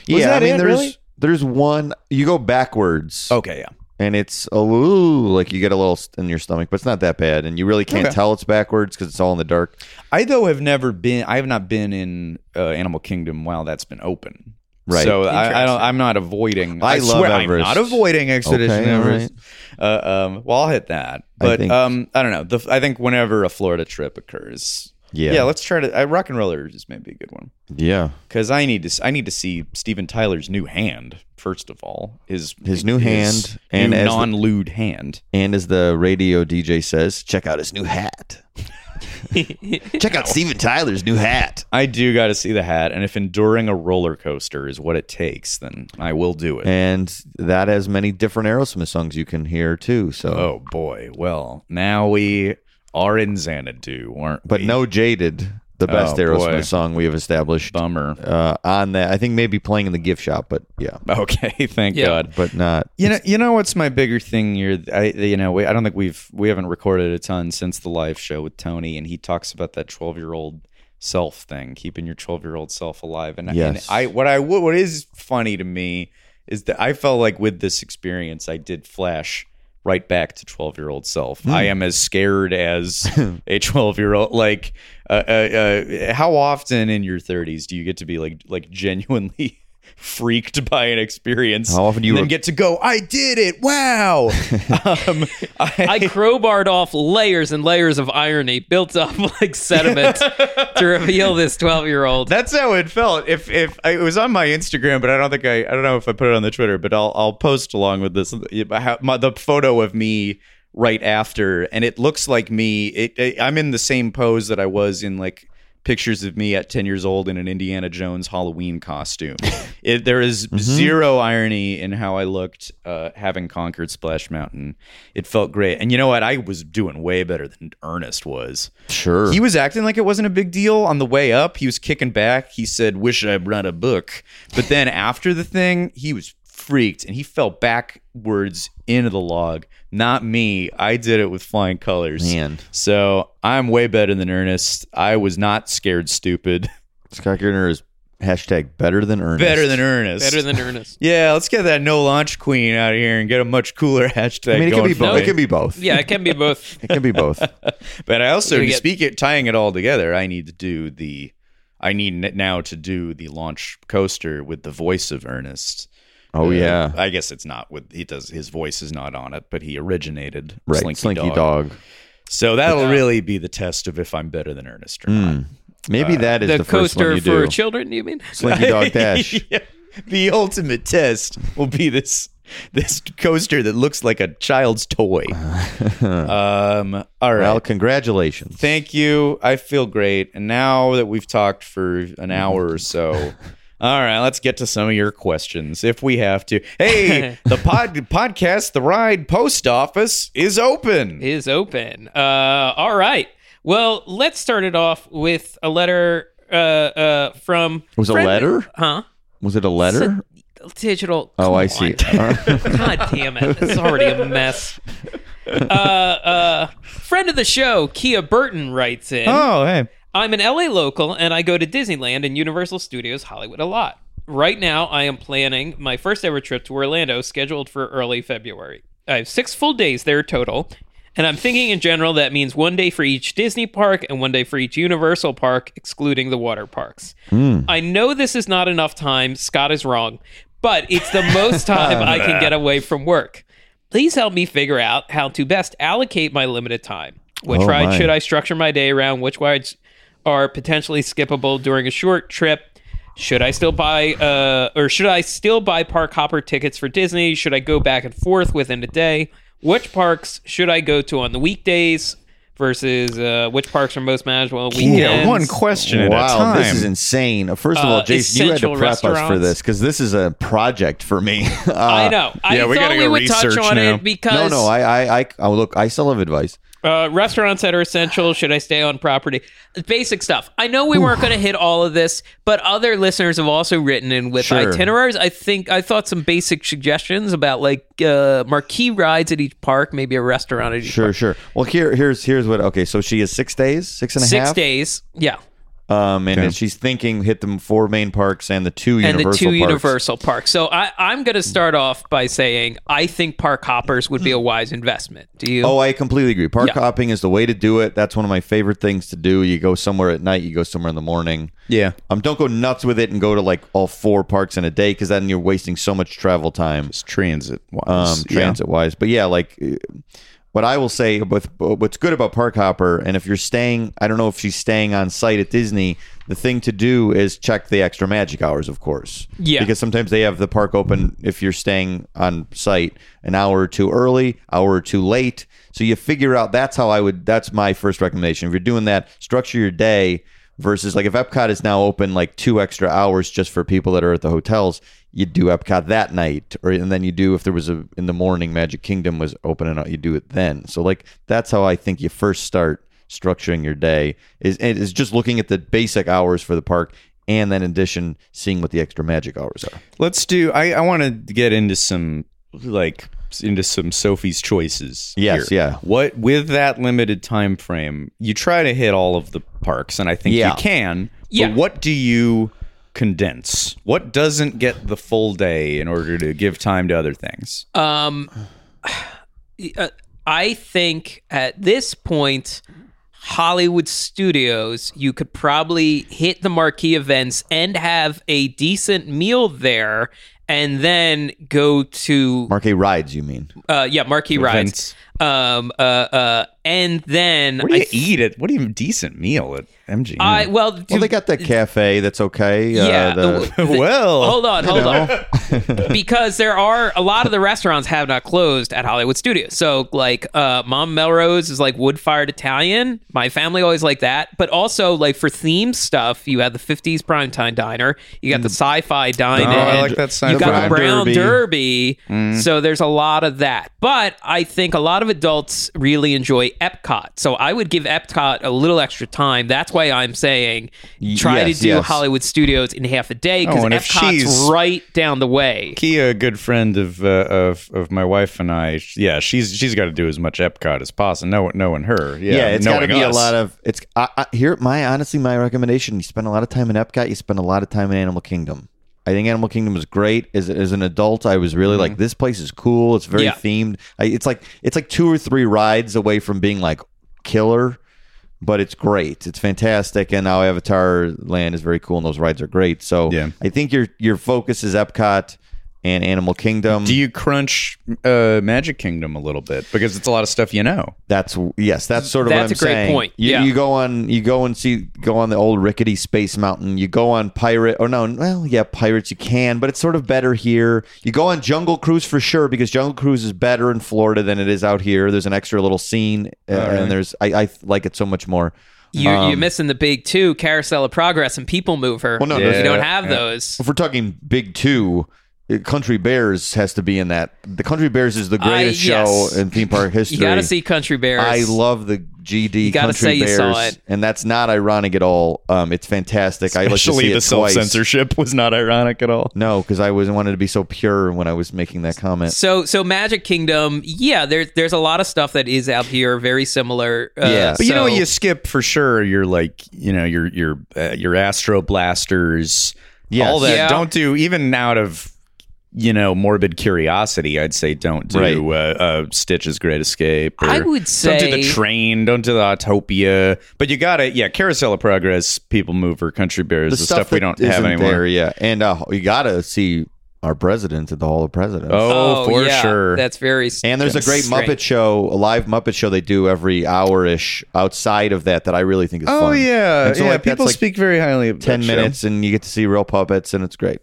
Yeah,
Was that
I mean,
it,
there's
really? Oh.
there's one. You go backwards,
Okay, yeah.
and it's a little like you get a little st- in your stomach, but it's not that bad, and you really can't
Okay.
tell it's backwards because it's all in the dark.
I though have never been. I have not been in uh, Animal Kingdom while that's been open.
Right.
So I, I don't, I'm not avoiding.
I love
swear
Everest.
I'm not avoiding Expedition
Okay, all
Everest. Uh, um, well, I'll hit that.
I
But I,
think-
um, I don't know. The, I think whenever a Florida trip occurs,
Yeah.
yeah, let's try to. Uh, rock and Roller is maybe a good one
Yeah,
because I need to. s- I need to see Steven Tyler's new hand first of all. His
His new hand
and
and as the-
non-lewd hand.
and as the radio DJ says, check out his new hat. check out Steven Tyler's new hat.
I do got to see the hat, and if enduring a roller coaster is what it takes, then I will do it.
And that has many different Aerosmith songs you can hear too. So,
Oh boy. Well, now we are in Xanadu, aren't
but
we?
no jaded, the best
Oh,
Aerosmith
boy.
song we have established
bummer.
uh, on that. I think maybe playing in the gift shop, but yeah,
Okay, thank
Yeah.
God.
but not.
You know, you know what's my bigger thing here? I, you know, we, I don't think we've we haven't recorded a ton since the live show with Tony, and he talks about that twelve year old self thing, keeping your twelve year old self alive. And,
Yes.
and I, what I what is funny to me is that I felt like with this experience, I did flash right back to twelve year old self. I
Hmm.
am as scared as a twelve year old. Like, uh, uh, uh, how often in your thirties do you get to be like like genuinely? freaked by an experience
How often do you
and then
re-
get to go, I did it. Wow. um, I,
I crowbarred off layers and layers of irony built up like sediment to reveal this 12 year old.
that's how it felt. If if I, it was on my Instagram, but I don't think I I don't know if I put it on the Twitter, but I'll I'll post along with this how, my, the photo of me right after, and it looks like me. It, it I'm in the same pose that I was in like pictures of me at 10 years old in an Indiana Jones Halloween costume. it, there is zero irony in how I looked uh, having conquered Splash Mountain. It felt great. And you know what? I was doing way better than Ernest was.
Sure.
He was acting like it wasn't a big deal on the way up. He was kicking back. He said, "Wish I brought a book." But then after the thing, he was freaked and he fell backwards into the log. Not me. I did it with flying colors.
Man.
So I'm way better than Ernest. I was not scared stupid.
Scott Gardner is hashtag better than Ernest.
Better than Ernest.
Better than Ernest.
Yeah, let's get that no launch queen out of here and get a much cooler hashtag.
I mean, it can
going
be
for
both.
me.
It can be both.
Yeah, it can be both.
it can be both.
But I also
We're
to
gonna get-
speak it, tying it all together. I need to do the, I need n- now to do the launch coaster with the voice of Ernest.
Oh
Uh,
yeah.
I guess it's not with he does his voice is not on it, but he originated
Right.
Slinky,
Slinky,
Dog.
dog.
So that'll really be the test of if I'm better than Ernest or
Hmm.
not.
Maybe that is
Uh, The,
the, first one
coaster
you
for
do.
children, you mean?
Slinky Dog Dash.
Yeah. The ultimate test will be this this coaster that looks like a child's toy. um, all right.
Well, congratulations.
Thank you. I feel great. And now that we've talked for
Mm-hmm.
an hour or so, all right, let's get to some of your questions if we have to. Hey, the pod podcast, the ride post office is open.
Is open. Uh, all right. Well, let's start it off with a letter uh, uh, from.
was it a
friend-
letter?
Huh?
Was it a letter?
digital.
Oh,
come
I see. Uh,
on. God damn it! It's already a mess. Uh, uh, friend of the show, Kia Burton writes in.
Oh, hey.
I'm an LA local and I go to Disneyland and Universal Studios Hollywood a lot. Right now, I am planning my first ever trip to Orlando, scheduled for early February. I have six full days there total, and I'm thinking in general that means one day for each Disney park and one day for each Universal park, excluding the water parks.
Hmm.
I know this is not enough time. Scott is wrong, but it's the most time I can get away from work. Please help me figure out how to best allocate my limited time. Which
Oh,
ride
my.
should I structure my day around? Which rides are potentially skippable during a short trip? Should I still buy uh or should I still buy park hopper tickets for Disney? Should I go back and forth within a day? Which parks should I go to on the weekdays versus uh which parks are most manageable on weekends?
Yeah, one question at a
Wow,
time.
this is insane. First of
Uh,
all, Jason, you had to
essential
prep us for
restaurants.
this because this is a project for me. Uh,
I know. I
yeah, we
thought
gotta
we
go
would touch
research
on
now.
it because
No, no, I, I, I, oh, look, I still have advice.
uh, restaurants that are essential. Should I stay on property? Basic stuff. I know we weren't going to hit all of this, but other listeners have also written in with
Sure.
itineraries. I think I thought some basic suggestions about like uh, marquee rides at each park, maybe a restaurant at each
Sure, sure. Well, here, here's, here's what. Okay, so she is six days, six and a
park.
half,
six days. Yeah,
Um, and then she's thinking hit the four main parks and the two
and
universal
the two
parks.
Universal parks. So I, I'm going to start off by saying I think park hoppers would be a wise investment. Do you?
Oh, I completely agree. Park
Yeah.
hopping is the way to do it. That's one of my favorite things to do. You go somewhere at night, you go somewhere in the morning.
Yeah.
Um, don't go nuts with it and go to like all four parks in a day because then you're wasting so much travel time,
It's transit.
um, transit wise. But yeah, like uh, what I will say with uh, what's good about Park Hopper, and if you're staying, I don't know if she's staying on site at Disney. The thing to do is check the extra magic hours, of course.
Yeah.
Because sometimes they have the park open if you're staying on site an hour or two early, hour or two late. So you figure out that's how I would. That's my first recommendation. If you're doing that, structure your day versus like if Epcot is now open like two extra hours just for people that are at the hotels, you do Epcot that night, or and then you do if there was a in the morning Magic Kingdom was open and you do it then. So like that's how I think you first start structuring your day is and is just looking at the basic hours for the park and then in addition seeing what the extra magic hours are.
Let's do. I, I want to get into some like into some Sophie's choices.
Yes,
here.
yeah.
What with that limited time frame, you try to hit all of the parks, and I think
Yeah.
you can.
Yeah.
But what do you condense? What doesn't get the full day in order to give time to other things?
Um, uh, I think at this point, Hollywood studios, you could probably hit the marquee events and have a decent meal there, and then go to
Marquee rides, you mean?
uh, yeah marquee rides.
Events.
Um, uh, uh, and then
What do you
I,
eat at? What do you decent meal at MGM?
I well,
Well,
do-
they got that cafe. That's okay. uh,
yeah.
the-
the- the-
well,
hold on, hold on. because there are a lot of the restaurants have not closed at Hollywood Studios. So like uh Mom Melrose is like wood fired Italian. My family always like that. But also like for theme stuff, you had the fifties primetime diner, you got the sci-fi dine
Oh, I like that
You got
sci-fi.
the brown
Derby.
derby. So there's a lot of that. But I think a lot of adults really enjoy Epcot. So I would give Epcot a little extra time. That's why I'm saying try
yes,
to do
yes.
Hollywood Studios in half a day because
Oh, and if she's-
Epcot's right down the way.
Kia, a good friend of uh, of of my wife and I, sh- yeah, she's she's got to do as much Epcot as possible. Know, knowing her, yeah,
yeah, it's got to
knowing
be a
us.
lot of it's. I, I, here, my honestly, my recommendation: you spend a lot of time in Epcot, you spend a lot of time in Animal Kingdom. I think Animal Kingdom is great. As, as an adult, I was really
Mm-hmm.
like, this place is cool. It's very
Yeah.
themed. I, it's like it's like two or three rides away from being like killer, but it's great. It's fantastic, and now Avatar Land is very cool, and those rides are great. So
Yeah.
I think your your focus is Epcot and Animal Kingdom.
Do you crunch uh, Magic Kingdom a little bit because it's a lot of stuff you know?
That's yes. That's sort of what
That's
I'm
a great
saying.
point.
You,
Yeah.
you go on, you go and see, go on the old rickety space mountain. You go on pirate, or no, well, yeah, pirates you can, but it's sort of better here. You go on jungle cruise for sure because jungle cruise is better in Florida than it is out here. There's an extra little scene, uh, and there's I, I like it so much more.
You, you're
Um,
missing the big two, Carousel of Progress and People Mover.
Well, no,
you
there's-
don't
Yeah,
have
yeah.
those.
If we're talking big two, uh, Country Bears has to be in that. The Country Bears is the greatest
Uh, yes.
show in theme park history.
You got to see Country Bears.
I love the GD
You gotta
Country
say you
Bears,
saw it.
and that's not ironic at all. Um, it's fantastic. I like to
Especially
see
the
it twice.
self-censorship was not ironic at all.
No, because I was wanted to be so pure when I was making that comment.
So so Magic Kingdom, yeah, there's there's a lot of stuff that is out here very similar. Uh,
Yeah.
But you know,
so-
you skip for sure. You're like, you know, your your uh, your Astro Blasters,
Yes.
all that.
Yeah.
Don't do even out of you know morbid curiosity. I'd say don't do
Right.
uh, uh, Stitch's Great Escape. or
I would
don't do the
say-
train. Don't do the Autopia. But you got to yeah, Carousel of Progress, People Mover, Country Bears, the, stuff, we
that
don't have
isn't
anymore.
There, yeah, and uh, you gotta see our president at the Hall of Presidents.
Oh, for
yeah,
sure.
That's very.
And there's a great
strange.
Muppet show, a live Muppet show they do every hour ish outside of that that I really think is
oh
fun.
yeah,
And so,
yeah.
like, that's,
people
like,
speak very highly of
ten
that show.
minutes and you get to see real puppets and it's great.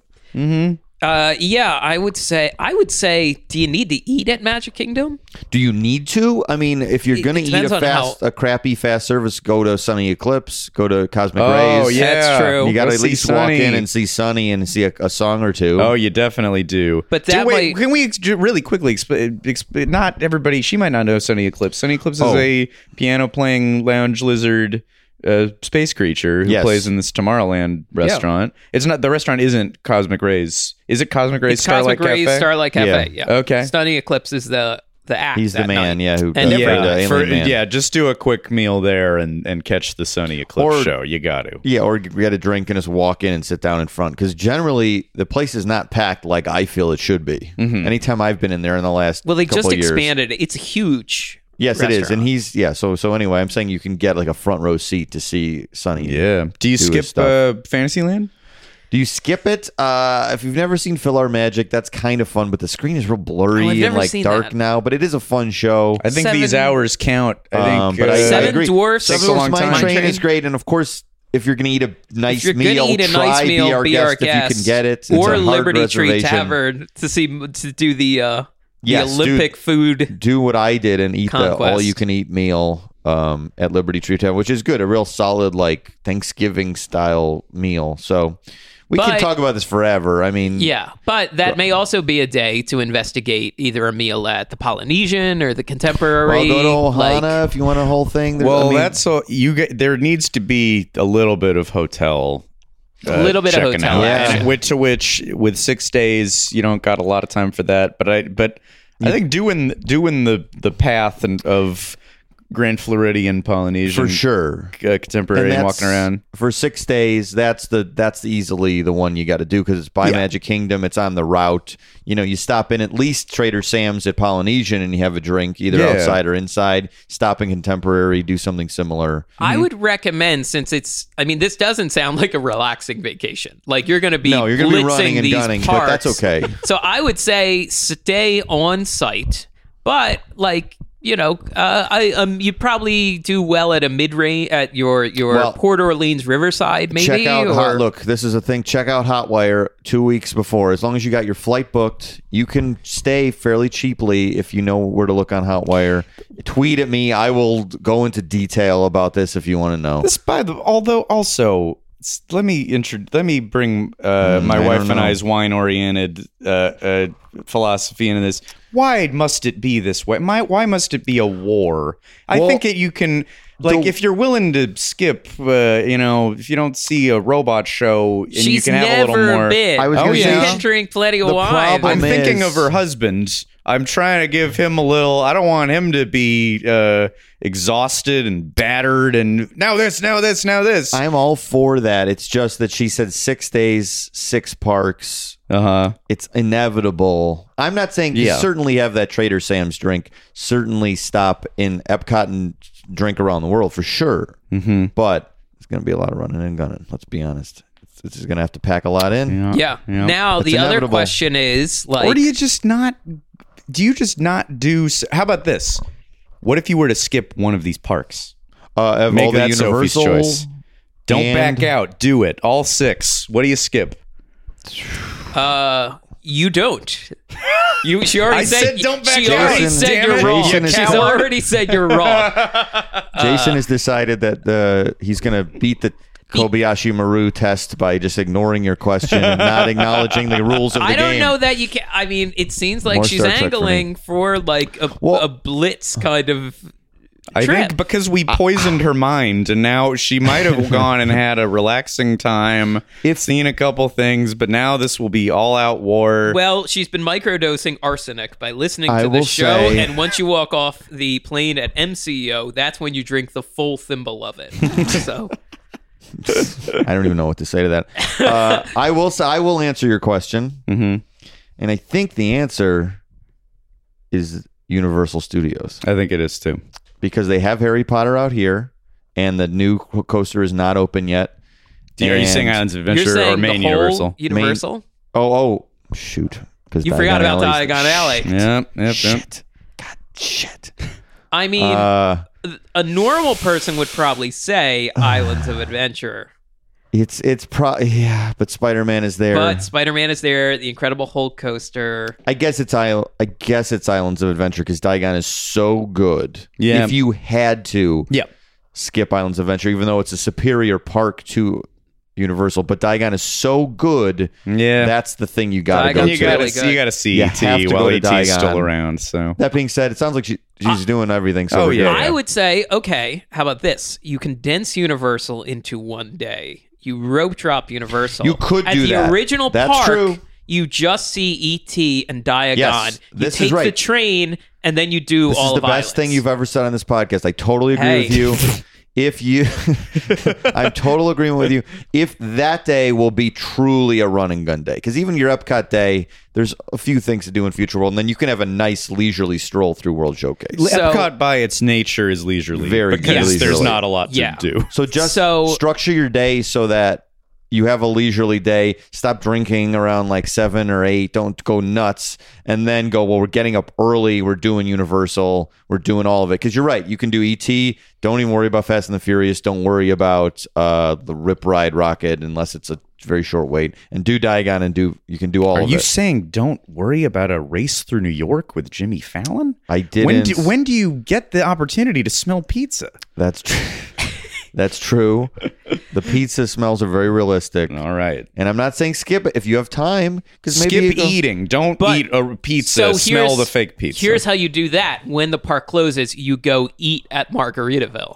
Uh, yeah, I would say. I would say. Do you need to eat at Magic Kingdom?
Do you need to? I mean, if you're
It
gonna eat a
depends on
fast
how-
a crappy fast service, go to Sunny Eclipse, go to Cosmic
Oh
Rays.
yeah,
That's true.
You gotta
Go
at
see
least walk
Sunny.
in and see Sunny and see a, a song or two.
Oh, you definitely do.
But
Do-
that
wait,
might-
can we ex- ju- really quickly exp- exp- not everybody. She might not know Sunny Eclipse. Sunny Eclipse is
Oh.
a piano playing lounge lizard. uh space creature who
Yes.
plays in this Tomorrowland restaurant. It's not the restaurant isn't Cosmic Rays. Is it Cosmic Rays
It's
Starlight
Cosmic Rays,
Cafe?
Starlight Cafe. Yeah.
Okay.
Stunning Eclipse is the the act.
He's the
that
man,
night.
yeah, who
And
does
every-
the, uh, alien
for-
man.
yeah, just do a quick meal there and, and catch the Sunny Eclipse
Or-
show. You got to.
Yeah, or get a drink and just walk in and sit down in front because generally the place is not packed like I feel it should be.
Mm-hmm.
Anytime I've been in there in the last
Well, they
couple
just
years-
expanded. it. It's huge.
Yes, it is,
restaurant.
and he's yeah. So so anyway, I'm saying you can get like a front row seat to see Sunny.
Yeah. Do you
Do his
skip
stuff.
uh, Fantasyland?
Do you skip it? Uh, if you've never seen Fill Our Magic, that's kind of fun, but the screen is real
Oh,
blurry
I've
and
never
like
seen
dark
that.
now. But it is a fun show.
I think
Seven-
these hours count. I think uh,
Um, but I- I
Seven
agree.
Dwarfs.
Takes
Seven
a long
Dwarfs Mine
time.
Train,
Mine Train.
is great, and of course, if you're going to eat a nice
If you're
meal,
gonna eat a
try
nice meal,
be our guest if you can get it. It's
or
a hard
Liberty Tree
reservation.
Tavern to see to do the uh,
Yes,
the
do-
Olympic food.
do what I did and eat the
Conquest.
all you can eat meal um, at Liberty Tree Tavern, which is good, a real solid like Thanksgiving style meal. So we
But-
can talk about this forever. I mean,
Yeah, but that may also be a day to investigate either a meal at the Polynesian or the
Well,
Contemporary.
go to Ohana
like-
if you want a whole thing. There- I
Well,
mean,
that's all you get. There needs to be a little bit of hotel. uh,
A little bit of
checking
hotel
out.
action.
And which to which with six days, you don't got a lot of time for that. But I, but I think doing doing the the path and of Grand Floridian Polynesian
for sure.
uh, contemporary and
that's-
walking around.
for six days. That's the that's easily the one you got to do because it's by Magic Kingdom. It's on the route. You know, you stop in at least Trader Sam's at Polynesian and you have a drink either
Yeah.
outside or inside. Stop in Contemporary, do something similar.
I would recommend since it's. I mean, this doesn't sound like a relaxing vacation. Like you're going to be
No, you're going to be
blitzing
running and
these
gunning, but that's
parks.
okay.
So I would say stay on site, but like you know, uh, I um, you probably do well at a mid range at your your
Well,
Port Orleans Riverside maybe.
Check out
or,
Hot. Look, this is a thing. Check out Hotwire two weeks before. As long as you got your flight booked, you can stay fairly cheaply if you know where to look on Hotwire. Tweet at me. I will go into detail about this if you want to know.
This by the although also s- let me intro let me bring uh, my
Mm, I
wife
don't
and
know.
I's wine oriented uh, uh, philosophy into this. Why must it be this way? My why must it be a war? I
Well,
think that you can like
the-
if you're willing to skip, uh, you know, if you don't see a robot show and
She's
you can
never
have a little more.
been. Oh,
I was
gonna
She
say-
can drink plenty of
The
wine.
problem
I'm
is-
thinking of her husband. I'm trying to give him a little. I don't want him to be uh, exhausted and battered and now this, now this, now this.
I'm all for that. It's just that she said six days, six parks.
Uh huh.
It's inevitable. I'm not saying you
Yeah.
certainly have that Trader Sam's drink. Certainly stop in Epcot and drink around the world for sure. Mm-hmm. But it's going to be a lot of running and gunning. Let's be honest. It's- It's just going to have to pack a lot in.
yeah. Now
It's
the other
inevitable.
question is like,
or do you just not? Do you just not do? s- How about this? What if you were to skip one of these parks?
Uh, of
Make
all the
that Sophie's
Universal,
choice. Don't
And-
back out. Do it. All six. What do you skip?
uh, you don't. You, she already
I
said,
said don't back
she already
out.
said
Damn
you're
it.
wrong.
Jason is
She's
a coward.
already said you're wrong.
Jason has decided that uh, he's going to uh, beat the Kobayashi Maru test by just ignoring your question and not acknowledging the rules of the
I
game.
don't know that you can. I mean, it seems like
More
she's
Star Trek for me.
angling for, like a,
Well-
a blitz kind of.
I
trip.
think because we poisoned her mind, and now she might have gone and had a relaxing time,
If-
seen a couple things, but now this will be all out war.
Well, she's been microdosing arsenic by listening
I
to the
will
show,
say-
and once you walk off the plane at MCO, that's when you drink the full thimble of it. so
I don't even know what to say to that. Uh, I will say I will answer your question,
Mhm.
and I think the answer is Universal Studios
I think it is too.
because they have Harry Potter out here, and the new co- coaster is not open yet.
Are you
And-
saying Islands of
you're
Adventure
saying
or Main
the whole
Universal?
Universal?
Oh, oh, shoot! Because
You forgot about Diagon Alley.
Yep, yep, yep.
Shit. God, shit.
I mean,
Uh,
a normal person would probably say Islands of Adventure,
it's it's pro yeah, but Spider Man is there.
but Spider Man is there, the Incredible Hulk coaster.
I guess it's Isle. I guess it's Islands of Adventure because Diagon is so good.
Yeah.
If you had to,
Yep.
skip Islands of Adventure, even though it's a superior park to Universal, but Diagon is so good.
Yeah.
That's the thing you got to go
Diagon
to.
you
That's really
gotta,
good.
you gotta see
You have
ET
to
while
go to
ET's still
Diagon.
around. So
that being said, it sounds like she, she's doing everything. So
Oh,
we're
yeah.
good.
I would say, okay, how about this? You condense Universal into one day. You rope drop Universal.
You could
At
do
the
that.
original
That's
park.
true.
You just see ET and Diagon.
Yes,
you
this is
take the
right.
train and then you do
This
all
is the
of
best
Islands.
thing you've ever said on this podcast. I totally agree
Hey.
with you. If you, I'm total agreement with you. If that day will be truly a run and gun day, because even your Epcot day, there's a few things to do in Future World, and then you can have a nice leisurely stroll through World Showcase.
So-
Epcot by its nature is leisurely.
Very
because there's
leisurely.
not a lot to
Yeah.
do.
So just
So-
structure your day so that you have a leisurely day. Stop drinking around like seven or eight. Don't go nuts, and then go. Well, we're getting up early. We're doing Universal. We're doing all of it because you're right. You can do ET. Don't even worry about Fast and the Furious. Don't worry about uh, the Rip Ride Rocket unless it's a very short wait. And do Diagon and do you can do all
Are
of
you
it.
saying don't worry about a race through New York with Jimmy Fallon?
I
When
didn't.
do, when do you get the opportunity to smell pizza?
That's true. That's true. The pizza smells are very realistic.
All right.
And I'm not saying skip it if you have time because
Skip E
maybe it goes-
eating. Don't
But-
eat a
So
pizza.
here's-
smell the fake pizza.
Here's how you do that. When the park closes, you go eat at Margaritaville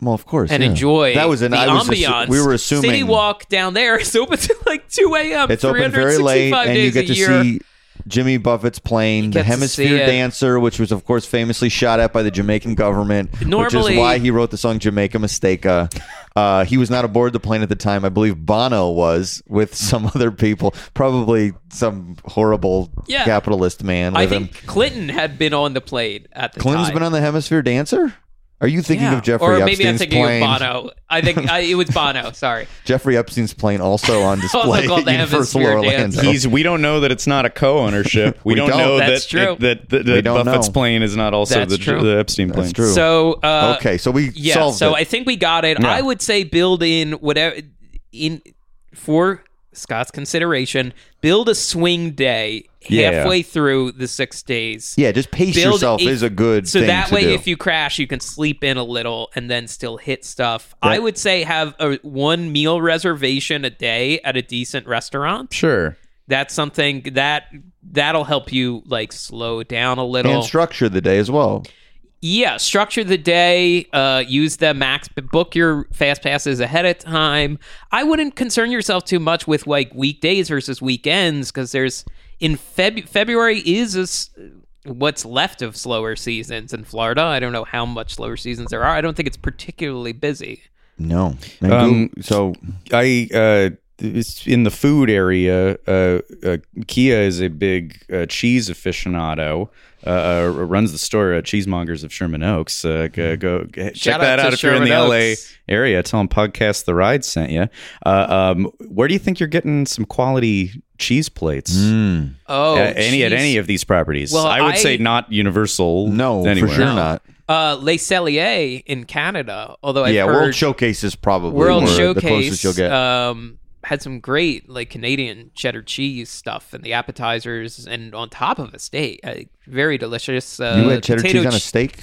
Well, of course,
and
yeah.
enjoy
That was an
the
I was assu-
ambiance.
we were assuming
City Walk down there is open till like 2 a.m.
it's open very
365
late, and you
days
get
a
to
year.
see Jimmy Buffett's plane, the
get to see
Hemisphere
it.
Dancer, which was of course famously shot at by the Jamaican government, which
Normally-
is why he wrote the song "Jamaica Mistake." Uh, he was not aboard the plane at the time. I believe Bono was with some other people, probably some horrible
Yeah.
capitalist man with
I
him.
think Clinton had been on the plane at the
Clinton's
time.
been on the Hemisphere Dancer. Are you thinking
Yeah.
of Jeffrey
or maybe
Epstein's
I'm thinking
plane?
of Bono. I think I, it was Bono. Sorry,
Jeffrey Epstein's plane also on display
called
at
the
Universal
Hemisphere
Orlando.
Dancer.
He's. We don't know that it's not a co-ownership. We,
We
don't,
don't.
know
That's
that
true.
that, that,
We
that
don't
Buffett's
know.
plane is not also
That's
the,
true.
the Epstein plane.
That's true.
so uh,
okay, so we
yeah.
solved
so
it.
I think we got it. I would say build in whatever in for Scott's consideration. Build a swing day
Yeah.
halfway through the six days.
yeah, just pace
Build
yourself
it-
is a good
so
thing
that
to
way
do.
if you crash you can sleep in a little and then still hit stuff i would say have a one meal reservation a day at a decent restaurant
Sure.
that's something that that'll help you like slow down a little
and structure the day as well.
yeah structure the day uh use the max but book your fast passes ahead of time i wouldn't concern yourself too much with like weekdays versus weekends because there's in Feb- february is a s what's left of slower seasons in florida i don't know how much slower seasons there are i don't think it's particularly busy
No, And
Um,
Goo- so
I uh, it's in the food area. Uh, uh, Kia is a big uh, cheese aficionado. Uh, uh, runs the store uh, Cheesemongers of Sherman Oaks. Uh, go, go g- check
Hmm. Shout out
that
to
out if you're in
Sherman
the
Oaks.
LA area. Tell them podcast the ride sent you. Uh, um, where do you think you're getting some quality cheese plates?
Mm.
oh
Uh, any at
jeez.
any of these properties?
Well,
I would
I-
say not Universal.
no,
anywhere.
for sure not.
uh les cellier in canada although i've
yeah,
heard
World Showcase is probably
World
where the
Showcase
closest you'll get.
Um, had some great like Canadian cheddar cheese stuff and the appetizers and on top of a steak, uh, very delicious. Uh,
you had cheddar
potato
cheese on a
ch-
steak.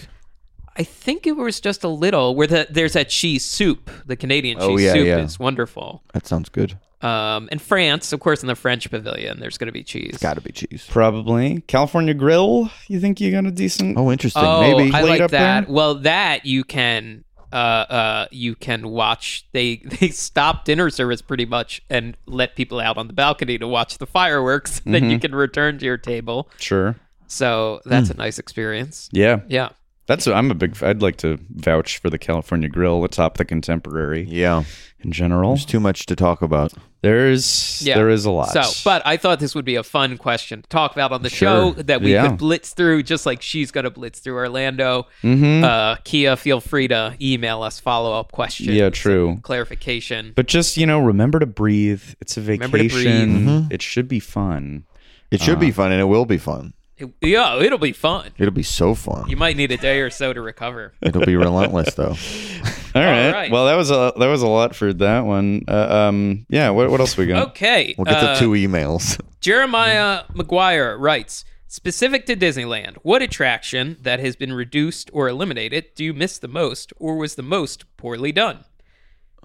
I I think it was just a little where the, there's that cheese soup, the Canadian cheese
Oh, yeah,
soup
yeah.
is wonderful.
That sounds good.
Um, and France, of course, in the French pavilion, there's going to be cheese.
Got to be cheese.
Probably California Grill. You think you got a decent?
Oh, interesting.
Oh,
Maybe.
I
Plate
like
up
that.
there?
Well, that you can uh uh you can watch they they stop dinner service pretty much and let people out on the balcony to watch the fireworks then
Mm-hmm.
you can return to your table
sure.
so that's
Hmm.
a nice experience
Yeah,
yeah
that's. I'm a big. I'd like to vouch for the California Grill atop the contemporary
yeah.
in general.
There's too much to talk about.
There's
yeah
there is a lot.
so but i thought this would be a fun question to talk about on the
Sure.
show that we
Yeah.
could blitz through just like she's gonna blitz through orlando
Mm-hmm.
uh kia feel free to email us follow-up questions
Yeah, true.
clarification
But just you know, remember to breathe. It's a
Remember to breathe.
vacation. It should be fun.
It should
Uh-huh.
be fun, and it will be fun.
It- yeah it'll be fun
It'll be so fun.
You might need a day or so to recover.
It'll be relentless, though.
All right.
right.
Well, that was a that was a lot for that one. Uh, um. Yeah. What what else we got?
Okay.
We'll get
uh,
the two Mm-hmm. emails.
Jeremiah McGuire writes Specific to Disneyland, what attraction that has been reduced or eliminated do you miss the most or was the most poorly done?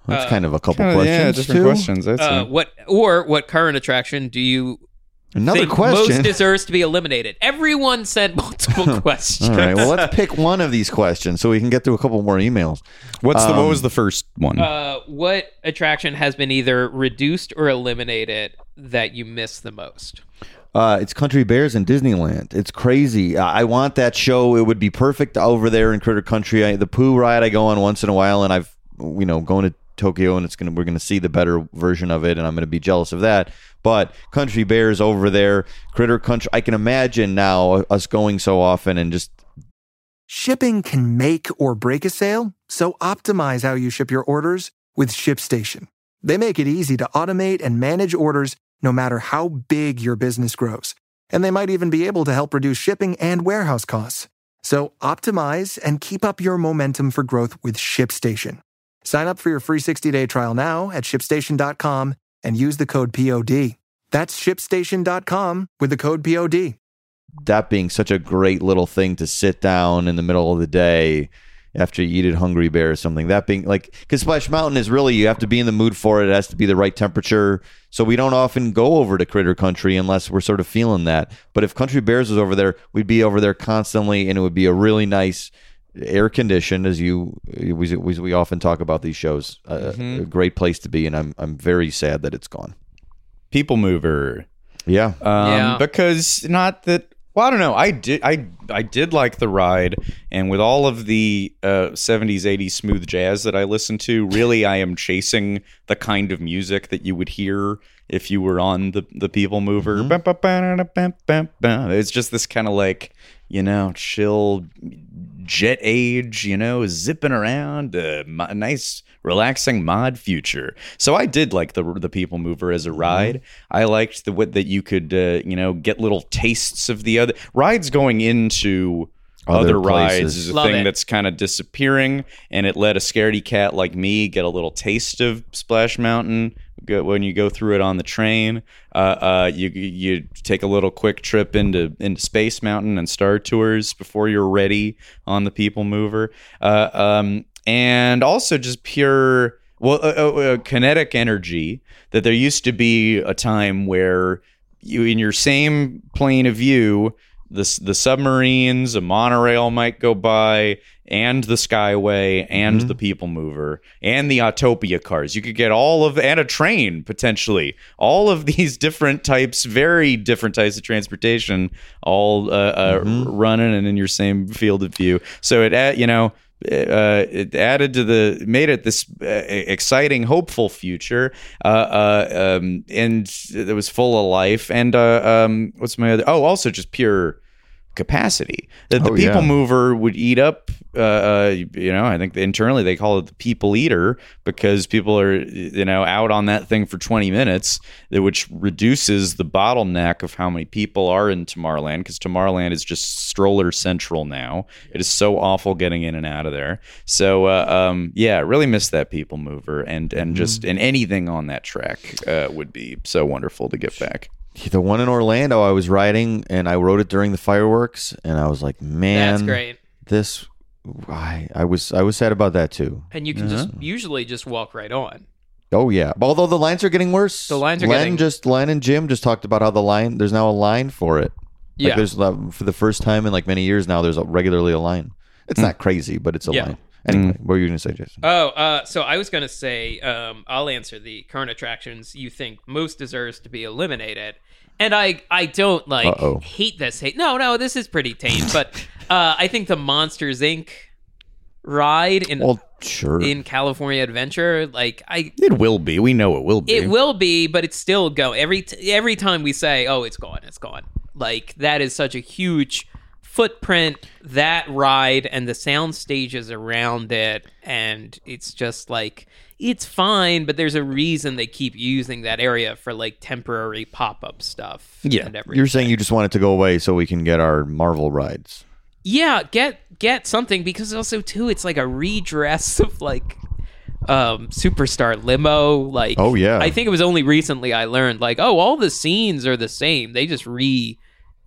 That's kind of a couple
Oh,
questions.
yeah, different
too.
questions. I'd say.
Uh, what or what current attraction do you
Another
think
question.
most deserves to be eliminated? Everyone said multiple questions.
All right. Well, let's pick one of these questions so we can get through a couple more emails.
What's the what was the first one?
uh, what attraction has been either reduced or eliminated that you miss the most?
Uh, it's Country Bears in Disneyland. It's crazy. I I want that show. It would be perfect over there in Critter Country. I, the Pooh ride I go on once in a while, and I've you know going to Tokyo, and it's gonna we're gonna see the better version of it, and I'm gonna be jealous of that. But Country Bears over there, Critter Country. I can imagine now uh, us going so often and just
Shipping can make or break a sale, so optimize how you ship your orders with ShipStation. They make it easy to automate and manage orders no matter how big your business grows. And they might even be able to help reduce shipping and warehouse costs. So optimize and keep up your momentum for growth with ShipStation. Sign up for your free 60-day trial now at shipstation.com and use the code POD. That's shipstation.com with the code POD.
that being such a great little thing to sit down in the middle of the day after you eat at Hungry Bear or something. That being like, because Splash Mountain is really, you have to be in the mood for it. It has to be the right temperature. So we don't often go over to Critter Country unless we're sort of feeling that. But if Country Bears was over there, we'd be over there constantly and it would be a really nice air conditioned as you we, we, we often talk about these shows uh, a great place to be and I'm, I'm very sad that it's gone
People mover.
yeah
Um,
Yeah.
Because not that. Well, I don't know. I did. I I did like the ride, and with all of the uh, '70s, '80s smooth jazz that I listen to, really, I am chasing the kind of music that you would hear if you were on the the People Mover. Bum, bum, ba-da-da, bum, bum, bum. It's just this kind of like you know, chill jet age, you know, zipping around uh, a mo- nice, relaxing mod future. So I did like the the People Mover as a ride. I liked the what that you could, uh, you know, get little tastes of the other rides going into.
Other
Other, rides
places.
is a
Love
thing
it.
that's kind of disappearing, and it let a scaredy cat like me get a little taste of Splash Mountain go- when you go through it on the train. Uh, uh, you you take a little quick trip into into Space Mountain and Star Tours before you're ready on the People Mover, uh, um, and also just pure well uh, uh, uh, kinetic energy that there used to be a time where you in your same plane of view the, s- the submarines a monorail might go by and the skyway and the people mover and the autopia cars you could get all of and a train potentially all of these different types very different types of transportation all uh, uh, running and in your same field of view so it uh, you know uh, it added to the made it this uh, exciting, hopeful future, uh, uh, um, and it was full of life. And uh, um, what's my other? Oh, also just pure capacity that the
Oh,
people
yeah.
mover would eat up. Uh, uh, you know, I think internally they call it the people eater because people are you know out on that thing for twenty minutes, that- which reduces the bottleneck of how many people are in Tomorrowland because Tomorrowland is just stroller central now. It is so awful getting in and out of there. So uh, um, yeah, really miss that people mover and and
Mm-hmm.
just and anything on that track uh, would be so wonderful to get back.
the one in Orlando I was riding and I rode it during the fireworks and I was like, man,
That's great.
This I, I was I was sad about that too.
and you can just usually just walk right on.
Oh yeah. But Although the lines are getting worse.
The lines are
Len
getting-
just Len and Jim just talked about how the line there's now a line for it.
Yeah.
Like there's uh, for the first time in like many years now there's a, regularly a line. It's
Hmm.
not crazy, but it's a
Yeah.
line. Anyway, what were you gonna say, Jason?
Oh, uh, so I was gonna say um, I'll answer the current attractions you think most deserves to be eliminated, and I I don't like
Uh-oh.
hate this hate. No, no, this is pretty tame, but uh, I think the Monsters Inc. ride in
well, sure.
in California Adventure, like I
It will be. We know it will be.
It will be, but it's still go every t- every time we say, "Oh, it's gone, it's gone." Like that is such a huge footprint that ride and the sound stages around it, and it's just like it's fine, but there's a reason they keep using that area for like temporary pop up stuff.
Yeah,
and everything.
You're saying you just want it to go away so we can get our Marvel rides.
yeah get get something because also too it's like a redress of like um superstar limo like
Oh, yeah.
i think it was only recently i learned like oh all the scenes are the same they just re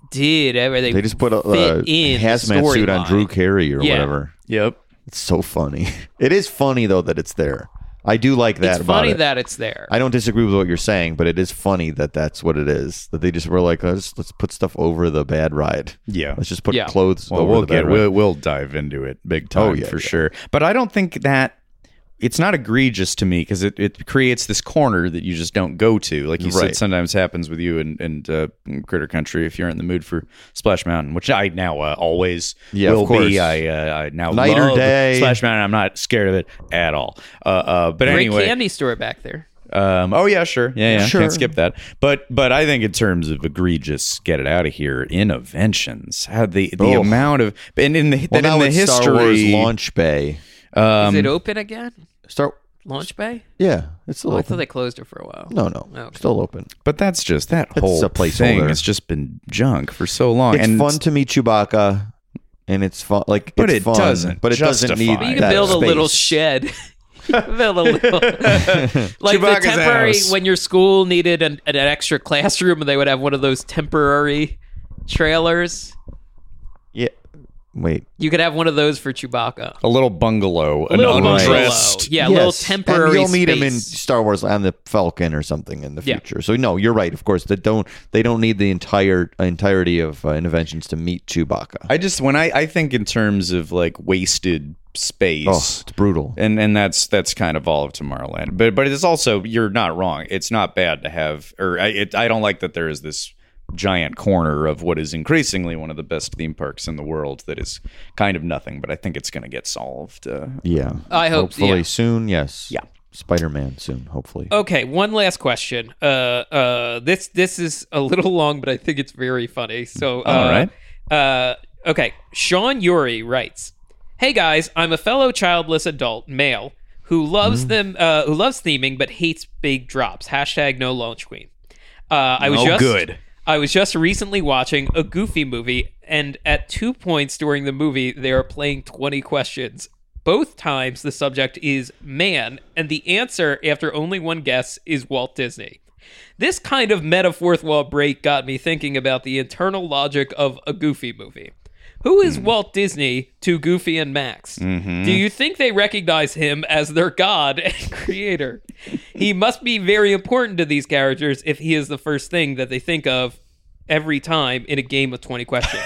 did everything
They just put a, a
fit in the
hazmat suit on
storyline.
Drew Carey or
Yeah.
whatever.
Yep.
It's so funny. It is funny though that it's there. I do like that.
it's
about
funny
it.
that it's there
I don't disagree with what you're saying, but it is funny that that's what it is. That they just were like, let's let's put stuff over the bad ride.
Yeah.
let's just put
Yeah.
clothes
Well,
over
we'll
the bad
get
ride.
we'll, we'll dive into it big time
Oh, yeah,
for
yeah.
sure. But I don't think that it's not egregious to me because it, it creates this corner that you just don't go to. Like you said,
Right.
sometimes happens with you and and uh, Critter Country if you're in the mood for Splash Mountain, which I now uh, always
Yeah, of
will
course.
be. I uh, I now
Night or
love
day.
Splash Mountain. I'm not scared of it at all. Uh, uh, but
great
anyway,
candy store back there
um, oh yeah, sure, yeah, yeah,
Sure.
can't skip that. But but I think in terms of egregious, get it out of here interventions. How the the
Oh.
amount of and in the that
Well, now
in the
it's
history
Star Wars launch bay.
is
um,
it open again
Star,
launch bay
yeah, it's still
oh, i thought
open.
they closed it for a while
no, no,
Oh, Okay.
still open.
But that's just that whole
a placeholder.
thing. It's just been junk for so long.
It's
Uh, and
fun to meet Chewbacca, and it's fun. Like,
But
it's
it
fun,
doesn't
But it doesn't
justify
need.
But
You can
that
build a little
space.
shed. You can build a little like the
Chewbacca's
temporary
house.
when your school needed an, an extra classroom, they would have one of those temporary trailers.
Yeah. Wait.
You could have one of those for Chewbacca.
a little bungalow,
A little
an
bungalow.
undressed.
Yeah, a little
Yes,
temporary.
And you'll meet him in
space.
Star Wars on the Falcon or something in the
Yeah.
future. So no, you're right. Of course, they don't. They don't need the entire entirety of uh, interventions to meet Chewbacca.
I just when I I think in terms of like wasted space.
oh, it's brutal.
and and that's that's kind of all of Tomorrowland. But but it's also you're not wrong. It's not bad to have, or I it, I don't like that there is this giant corner of what is increasingly one of the best theme parks in the world that is kind of nothing. But I think it's going to get solved. Uh,
Yeah.
I hope-
Hopefully
yeah. Uh,
soon. Yes.
Yeah.
Spider Man soon. Hopefully.
Okay, one last question. Uh, uh, this this is a little long, but I think it's very funny. So, uh,
All right.
Uh, okay, Sean Yuri writes, "Hey guys, I'm a fellow childless adult male who
Mm.
loves them, uh, who loves theming but hates big drops. Hashtag no launch queen. Uh, I was
No
just
good.
I was just recently watching a Goofy movie, and at two points during the movie, they are playing 20 questions. Both times, the subject is man, and the answer, after only one guess, is Walt Disney. This kind of meta fourth wall break got me thinking about the internal logic of a Goofy movie. Who is Walt Disney to Goofy and Max? Do you think they recognize him as their god and creator? He must be very important to these characters if he is the first thing that they think of every time in a game of 20 questions.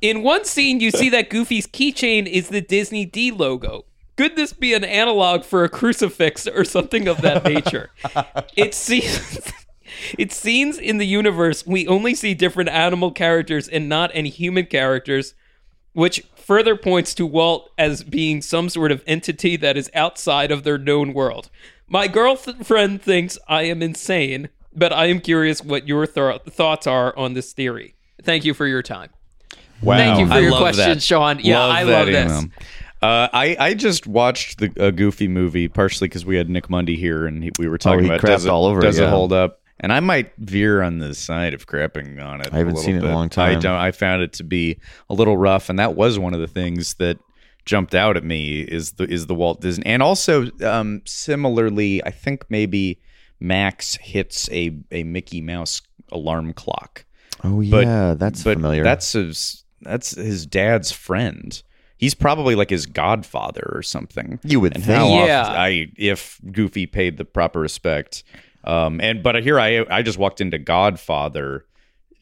in one scene, you see that Goofy's keychain is the Disney D logo. Could this be an analog for a crucifix or something of that nature? it seems it seems in the universe we only see different animal characters and not any human characters which further points to Walt as being some sort of entity that is outside of their known world. My girlfriend thinks I am insane, but I am curious what your thro- thoughts are on this theory. Thank you for your time.
Wow.
Thank you for
I
your
love
question,
that.
Sean. Yeah, I love this.
email. Uh, I, I just watched the a Goofy movie partially because we had Nick Mundy here and he, we were talking
Oh, he
about
crapped
does it,
all over it,
does it
yeah.
hold up? And I might veer on the side of crapping on it.
I haven't
a little
seen it in a
bit.
long time.
I don't. I found it to be a little rough, and that was one of the things that jumped out at me is the is the Walt Disney, and also um, similarly, I think maybe Max hits a a Mickey Mouse alarm clock
oh yeah, that's
but
familiar.
That's his. That's his dad's friend. he's probably like his godfather or something.
You would
and
think.
how uh, oft
Yeah.
I if Goofy paid the proper respect. Um, and but here I I just walked into Godfather.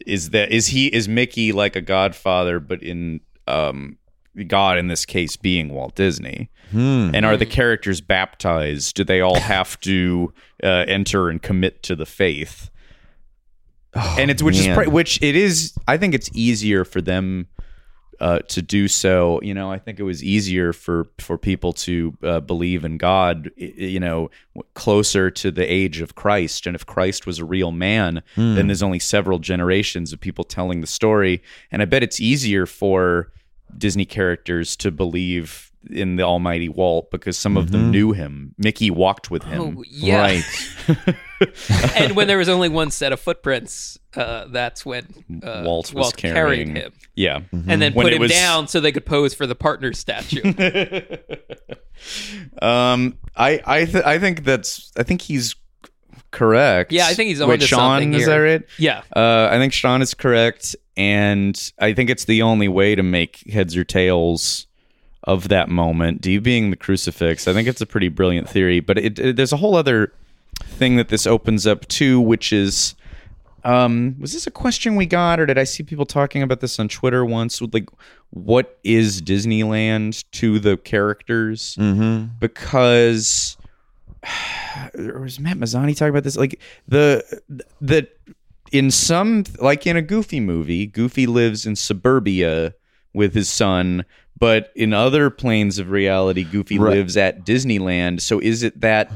Is that is he is Mickey like a Godfather, but in um God in this case being Walt Disney? And are the characters baptized? Do they all have to uh, enter and commit to the faith? and it's which
man.
is pri- which it is. I think it's easier for them uh, to do so. You know, I think it was easier for for people to uh, believe in God. i- i- You know, w- closer to the age of Christ, and if Christ was a real man, then there's only several generations of people telling the story. And I bet it's easier for Disney characters to believe in the Almighty Walt because some of them knew him. Mickey walked with him.
Oh, yeah.
Right.
and when there was only one set of footprints, uh, that's when uh,
Walt was
carried
carrying
him.
Yeah.
And then
When
put
it
him
was-
down so they could pose for the partner statue.
Um, I I th- I think that's I think he's correct.
Yeah, I think he's
on
onto
Wait, Sean,
something
is
here.
that right?
yeah.
Uh, I think Sean is correct, and I think it's the only way to make heads or tails of that moment. D being the crucifix, I think it's a pretty brilliant theory. But it, it- there's a whole other thing that this opens up to, which is. Um, was this a question we got, or did I see people talking about this on Twitter once? With like, what is Disneyland to the characters? Because or was Matt Mazzani talking about this? Like the the in some like in a Goofy movie, Goofy lives in suburbia with his son, but in other planes of reality, Goofy
Right.
lives at Disneyland. So is it that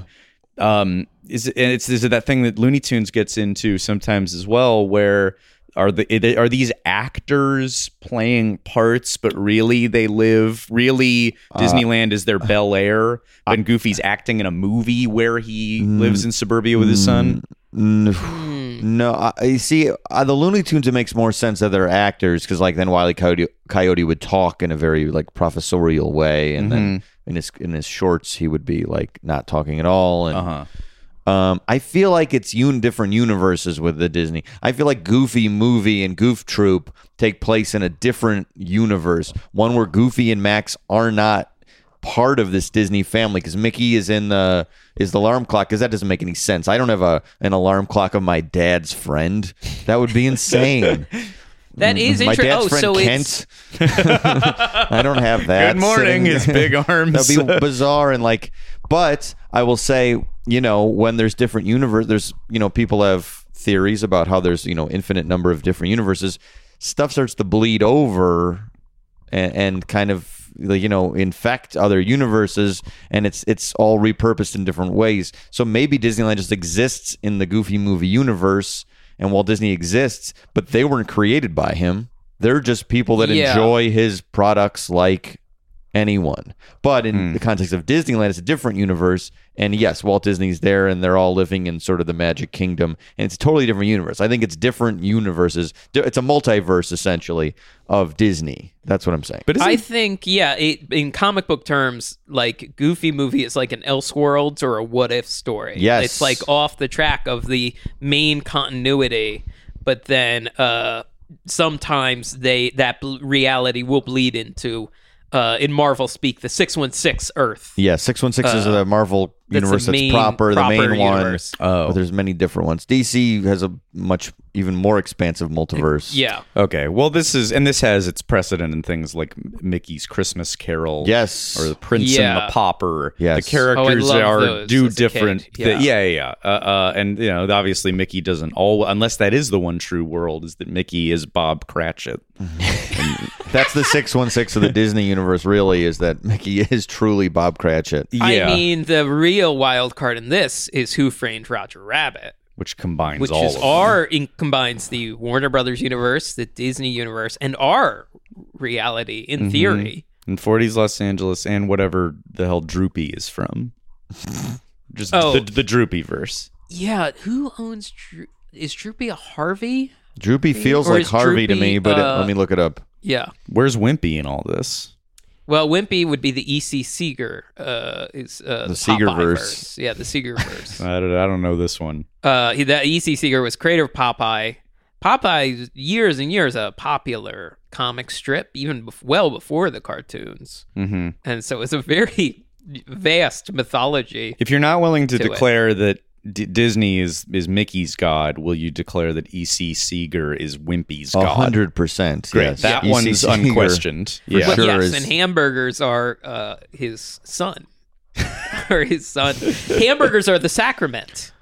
um is it, and it's is it that thing that Looney Tunes gets into sometimes as well where are the are these actors playing parts but really they live really Disneyland is their Bel Air and Goofy's acting in a movie where he lives in suburbia with his son
No, I- I see. Uh, the Looney Tunes. It makes more sense that they're actors because, like, then Wiley Coyote, Coyote would talk in a very like professorial way, and then in his in his shorts he would be like not talking at all. And um, I feel like it's un- different universes with the Disney. I feel like Goofy movie and Goof Troop take place in a different universe, one where Goofy and Max are not part of this Disney family because Mickey is in the is the alarm clock because that doesn't make any sense. I don't have a an alarm clock of my dad's friend. That would be insane.
That is
Mm-hmm. my
interesting.
dad's
Oh,
friend
so it's
Kent. I don't have that.
Good morning,
sitting
his
there.
big arms.
That'd be bizarre and like. But I will say, you know, when there's different universe, there's you know people have theories about how there's you know infinite number of different universes. Stuff starts to bleed over and, and kind of like, you know infect other universes and it's it's all repurposed in different ways so maybe disneyland just exists in the goofy movie universe and walt disney exists but they weren't created by him they're just people that
Yeah.
enjoy his products like anyone but in the context of disneyland it's a different universe and yes walt disney's there and they're all living in sort of the magic kingdom and it's a totally different universe i think it's different universes it's a multiverse essentially of disney that's what i'm saying
but
I
isn't,
think yeah, it, in comic book terms, like Goofy movie is like an Elseworlds or a What If story.
Yes.
it's like off the track of the main continuity, but then uh, sometimes they that bl- reality will bleed into uh, in Marvel speak the six one six Earth.
Yeah, six one six is the Marvel
Uh, that's the
universe that's
main-
proper, the
proper
main one.
universe.
Oh.
But there's many different ones. DC has a much even more expansive multiverse.
Yeah,
okay well this is and this has its precedent in things like mickey's christmas carol
Yes.
or the prince and
Yeah.
the pauper
Yes.
the characters
Oh, I love
are
those
do
as a kid.
different thi-
Yeah.
yeah yeah, yeah. Uh, uh, and you know obviously mickey doesn't all unless that is the one true world is that mickey is bob cratchit
That's the six one six of the Disney universe. Really, is that Mickey is truly Bob Cratchit?
I mean the real wild card in this is Who Framed Roger Rabbit.
which combines
which
all
is
of
our in, combines the Warner Brothers universe, the Disney universe, and our reality in theory.
in 40s Los Angeles and whatever the hell Droopy is from. Just
Oh.
the, the Droopy verse.
Yeah, who owns Dro- is Droopy a Harvey?
Droopy feels
Or
like
is
Harvey to
Droopy,
me, but it-
uh,
let me look it up.
Yeah.
Where's Wimpy in all this?
Well, Wimpy would be the EC Seeger. Uh, is uh,
The
Popeye
Seegerverse.
verse. Yeah, the Seeger verse.
I don't, I don't know this one.
E uh, he, that EC Seeger was creator of Popeye. Popeye's years and years a popular comic strip, even bef- well before the cartoons,
Mm-hmm.
and so it's a very vast mythology.
If you're not willing to,
To it.
declare that D- Disney is is Mickey's god, will you declare that E.C. Seeger is Wimpy's
A
god?
hundred percent.
Great.
yes.
That
E
EC
one's
Seeger.
unquestioned. Yeah.
But
sure
yes,
is-
and hamburgers are uh, his son, or his son. hamburgers are the sacrament,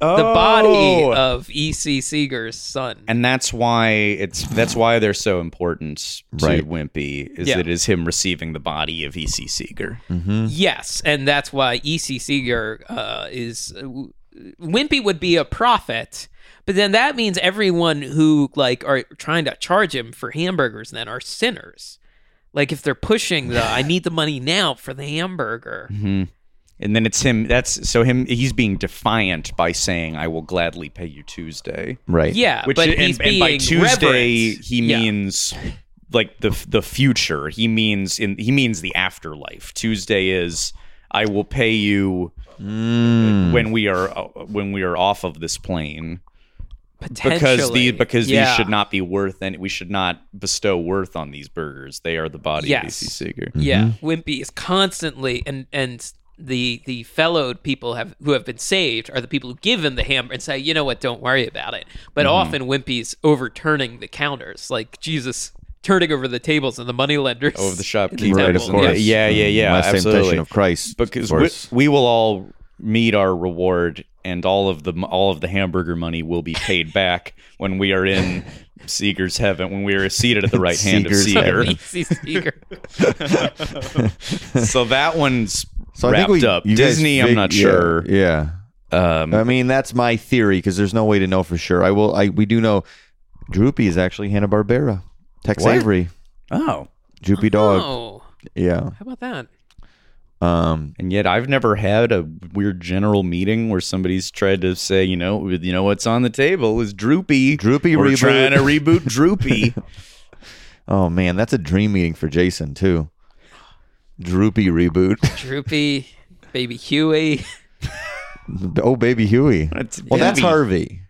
the body uh,
Oh.
of E.C. Seeger's son.
and that's why it's that's why they're so important to
Right.
Wimpy is
Yeah.
that it is him receiving the body of E.C. Seeger.
Yes, and that's why E.C. Seeger uh, is w- Wimpy would be a prophet, but then that means everyone who like are trying to charge him for hamburgers then are sinners. Like if they're pushing the I need the money now for the hamburger.
Mm-hmm. And then it's him. That's so him. He's being defiant by saying, "I will gladly pay you Tuesday."
Right.
Yeah,
Which
but
and,
he's
and
being
by Tuesday
reverent.
he
Yeah.
means like the the future. He means in he means the afterlife. Tuesday is I will pay you when we are when we are off of this plane because
Potentially.
the because
Yeah.
these should not be worth and we should not bestow worth on these burgers. They are the body
Yes.
of DC Seeger.
Yeah,
Mm-hmm.
Wimpy is constantly and and the the fellowed people have who have been saved are the people who give him the hammer and say, you know what, don't worry about it. But
Mm-hmm.
often Wimpy's overturning the counters, like Jesus turning over the tables and the moneylenders
Over the
in
shopkeeper.
Right, of
temple.
course. Mm,
Yeah,
Yeah.
yeah, yeah,
Last
absolutely.
Temptation of Christ.
because
of
we,
course.
we will all meet our reward and all of the all of the hamburger money will be paid back when we are in Seeger's heaven when we are seated at the right hand
Seeger's
of Seeger.
heaven.
He's- he's eager.
so that one's
So
wrapped
I think we,
up.
you guys
Disney, I'm
fig-
not
yeah,
sure.
Yeah. Uh,
Um,
I mean, that's my theory because there's no way to know for sure. I will. I we do know. Droopy is actually Hanna Barbera, Tex
What?
Avery,
oh,
Droopy Dog.
Oh,
Yeah.
how about that?
Um.
and yet I've never had a weird general meeting where somebody's tried to say, you know, you know what's on the table is Droopy.
Droopy
We're
reboot.
trying to reboot Droopy.
Oh man, that's a dream meeting for Jason too. Droopy reboot.
Droopy, baby Huey.
oh baby Huey.
That's-
Well, that's
yeah.
Harvey.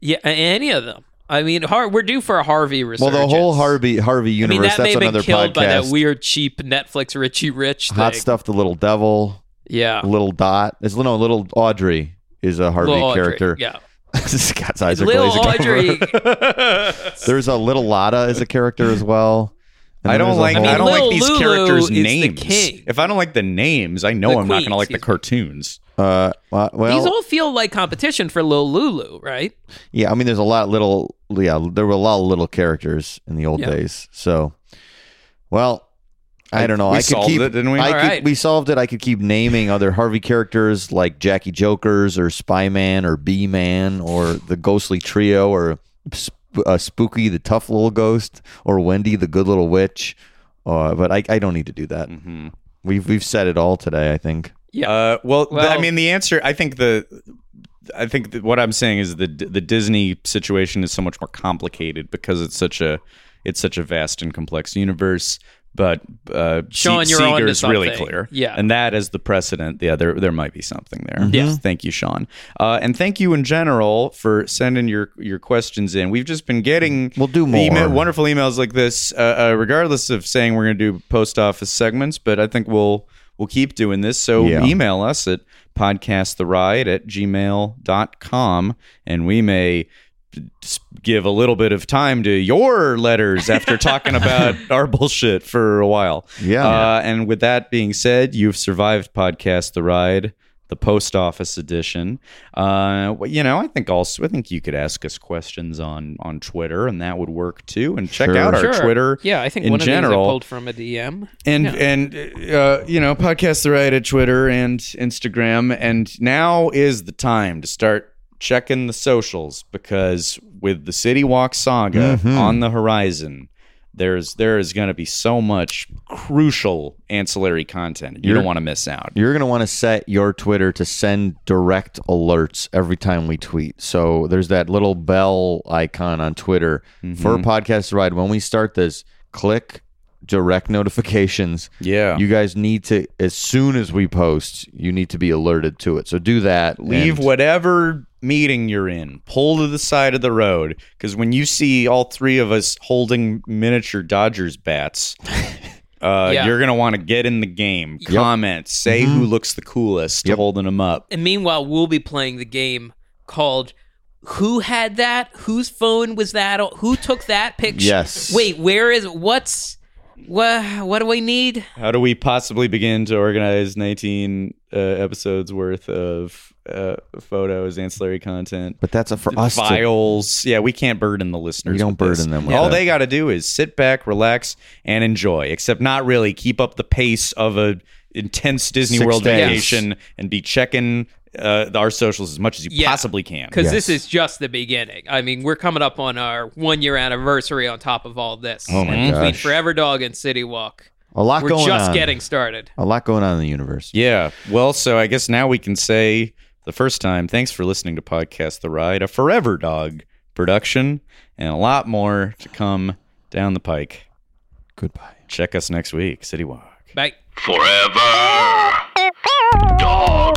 Yeah, a- any of them. I mean, Har- we're due for a Harvey
Well,
resurgence.
the whole Harvey Harvey
I mean,
universe.
that may
that's
have been
another
killed
podcast.
by that weird, cheap Netflix Richie Rich thing.
Hot stuff. The little devil.
Yeah.
Little dot. It's no little Audrey is a Harvey
Little Audrey,
character.
Yeah.
Scott's eyes are
Little
glazing over.
Audrey.
There's a little Lotta as a character as well. And
I
then
don't
there's a
like
whole-
mean,
I don't like
Lil
these
Lulu
characters'
is the
names.
king.
If I don't like the names, I know
The
I'm not
queen,
gonna like the
excuse
cartoons.
Uh, well,
These all feel like competition for Lil Lulu, right?
yeah. I mean, there's a lot little. Yeah, there were a lot of little characters in the old
Yeah.
days. So, well, I don't know.
We
I could
solved
keep.
it, didn't we?
I
All
could,
right.
We solved it. I could keep naming other Harvey characters like Jackie Jokers or Spy Man or Bee Man or the Ghostly Trio or Sp- uh, Spooky the Tough Little Ghost or Wendy the Good Little Witch. Uh, but I, I don't need to do that.
Mm-hmm.
We've we've said it all today. I think.
Yeah.
Uh, well, th- I
Well-
mean, the answer. I think the. I think that what I'm saying is the the Disney situation is so much more complicated because it's such a it's such a vast and complex universe. But uh,
Sean,
Se-
you're onto
Seeger's really
something.
clear,
Yeah. Mm-hmm.
And that is the precedent. Yeah, there there might be something there.
Yeah.
Thank you, Sean, uh, and thank you in general for sending your your questions in. We've just been getting
We'll do more.
email- wonderful emails like this, uh, uh, regardless of saying we're going to do post office segments. But I think we'll we'll keep doing this. So
Yeah.
email us at podcasttheride at gmail.com and we may s- give a little bit of time to your letters after talking about our bullshit for a while.
Yeah.
Uh, and with that being said, you've survived Podcast The Ride, the post office edition. Uh, well, you know, I think also, I think you could ask us questions on, on Twitter and that would work too. And check
Sure.
out our
sure.
Twitter.
Yeah, I think
in
one of these I
general.
pulled from a DM.
And
Yeah.
and uh, you know, podcast the right at Twitter and Instagram, and now is the time to start checking the socials because with the City Walk saga on the horizon, there's there is going to be so much crucial ancillary content. You don't want to miss out.
You're going to want to set your Twitter to send direct alerts every time we tweet. So there's that little bell icon on Twitter
Mm-hmm.
for Podcast Ride. When we start this, click direct notifications.
Yeah,
You guys need to, as soon as we post, you need to be alerted to it. So do that.
leave
and-
whatever meeting you're in, pull to the side of the road. Because when you see all three of us holding miniature Dodgers bats, uh,
Yeah.
you're going to want to get in the game, comment, say who looks the coolest, holding them up.
And meanwhile, we'll be playing the game called Who Had That? Whose phone was that? on- Who took that picture?
Yes.
Wait, where is what's what what do we need?
How do we possibly begin to organize 19 uh, episodes worth of uh, photos, ancillary content?
But that's a, for us. To,
files. yeah, we can't burden the listeners.
We don't
with this.
burden them with
All
that.
they got to do is sit back, relax, and enjoy. Except not really keep up the pace of a intense Disney
Six
World
days.
vacation and be checking uh, our socials as much as you
Yeah.
possibly can.
Because
Yes.
this is just the beginning. I mean, we're coming up on our one year anniversary on top of all this.
Oh my
And between
gosh.
Forever Dog and City Walk.
a lot
we're
going
just
on.
getting started.
a lot going on in the universe.
Yeah. Well, so I guess now we can say the first time, thanks for listening to Podcast The Ride, a Forever Dog production, and a lot more to come down the pike.
Goodbye.
Check us next week, City Walk.
Bye.
Forever. Dog.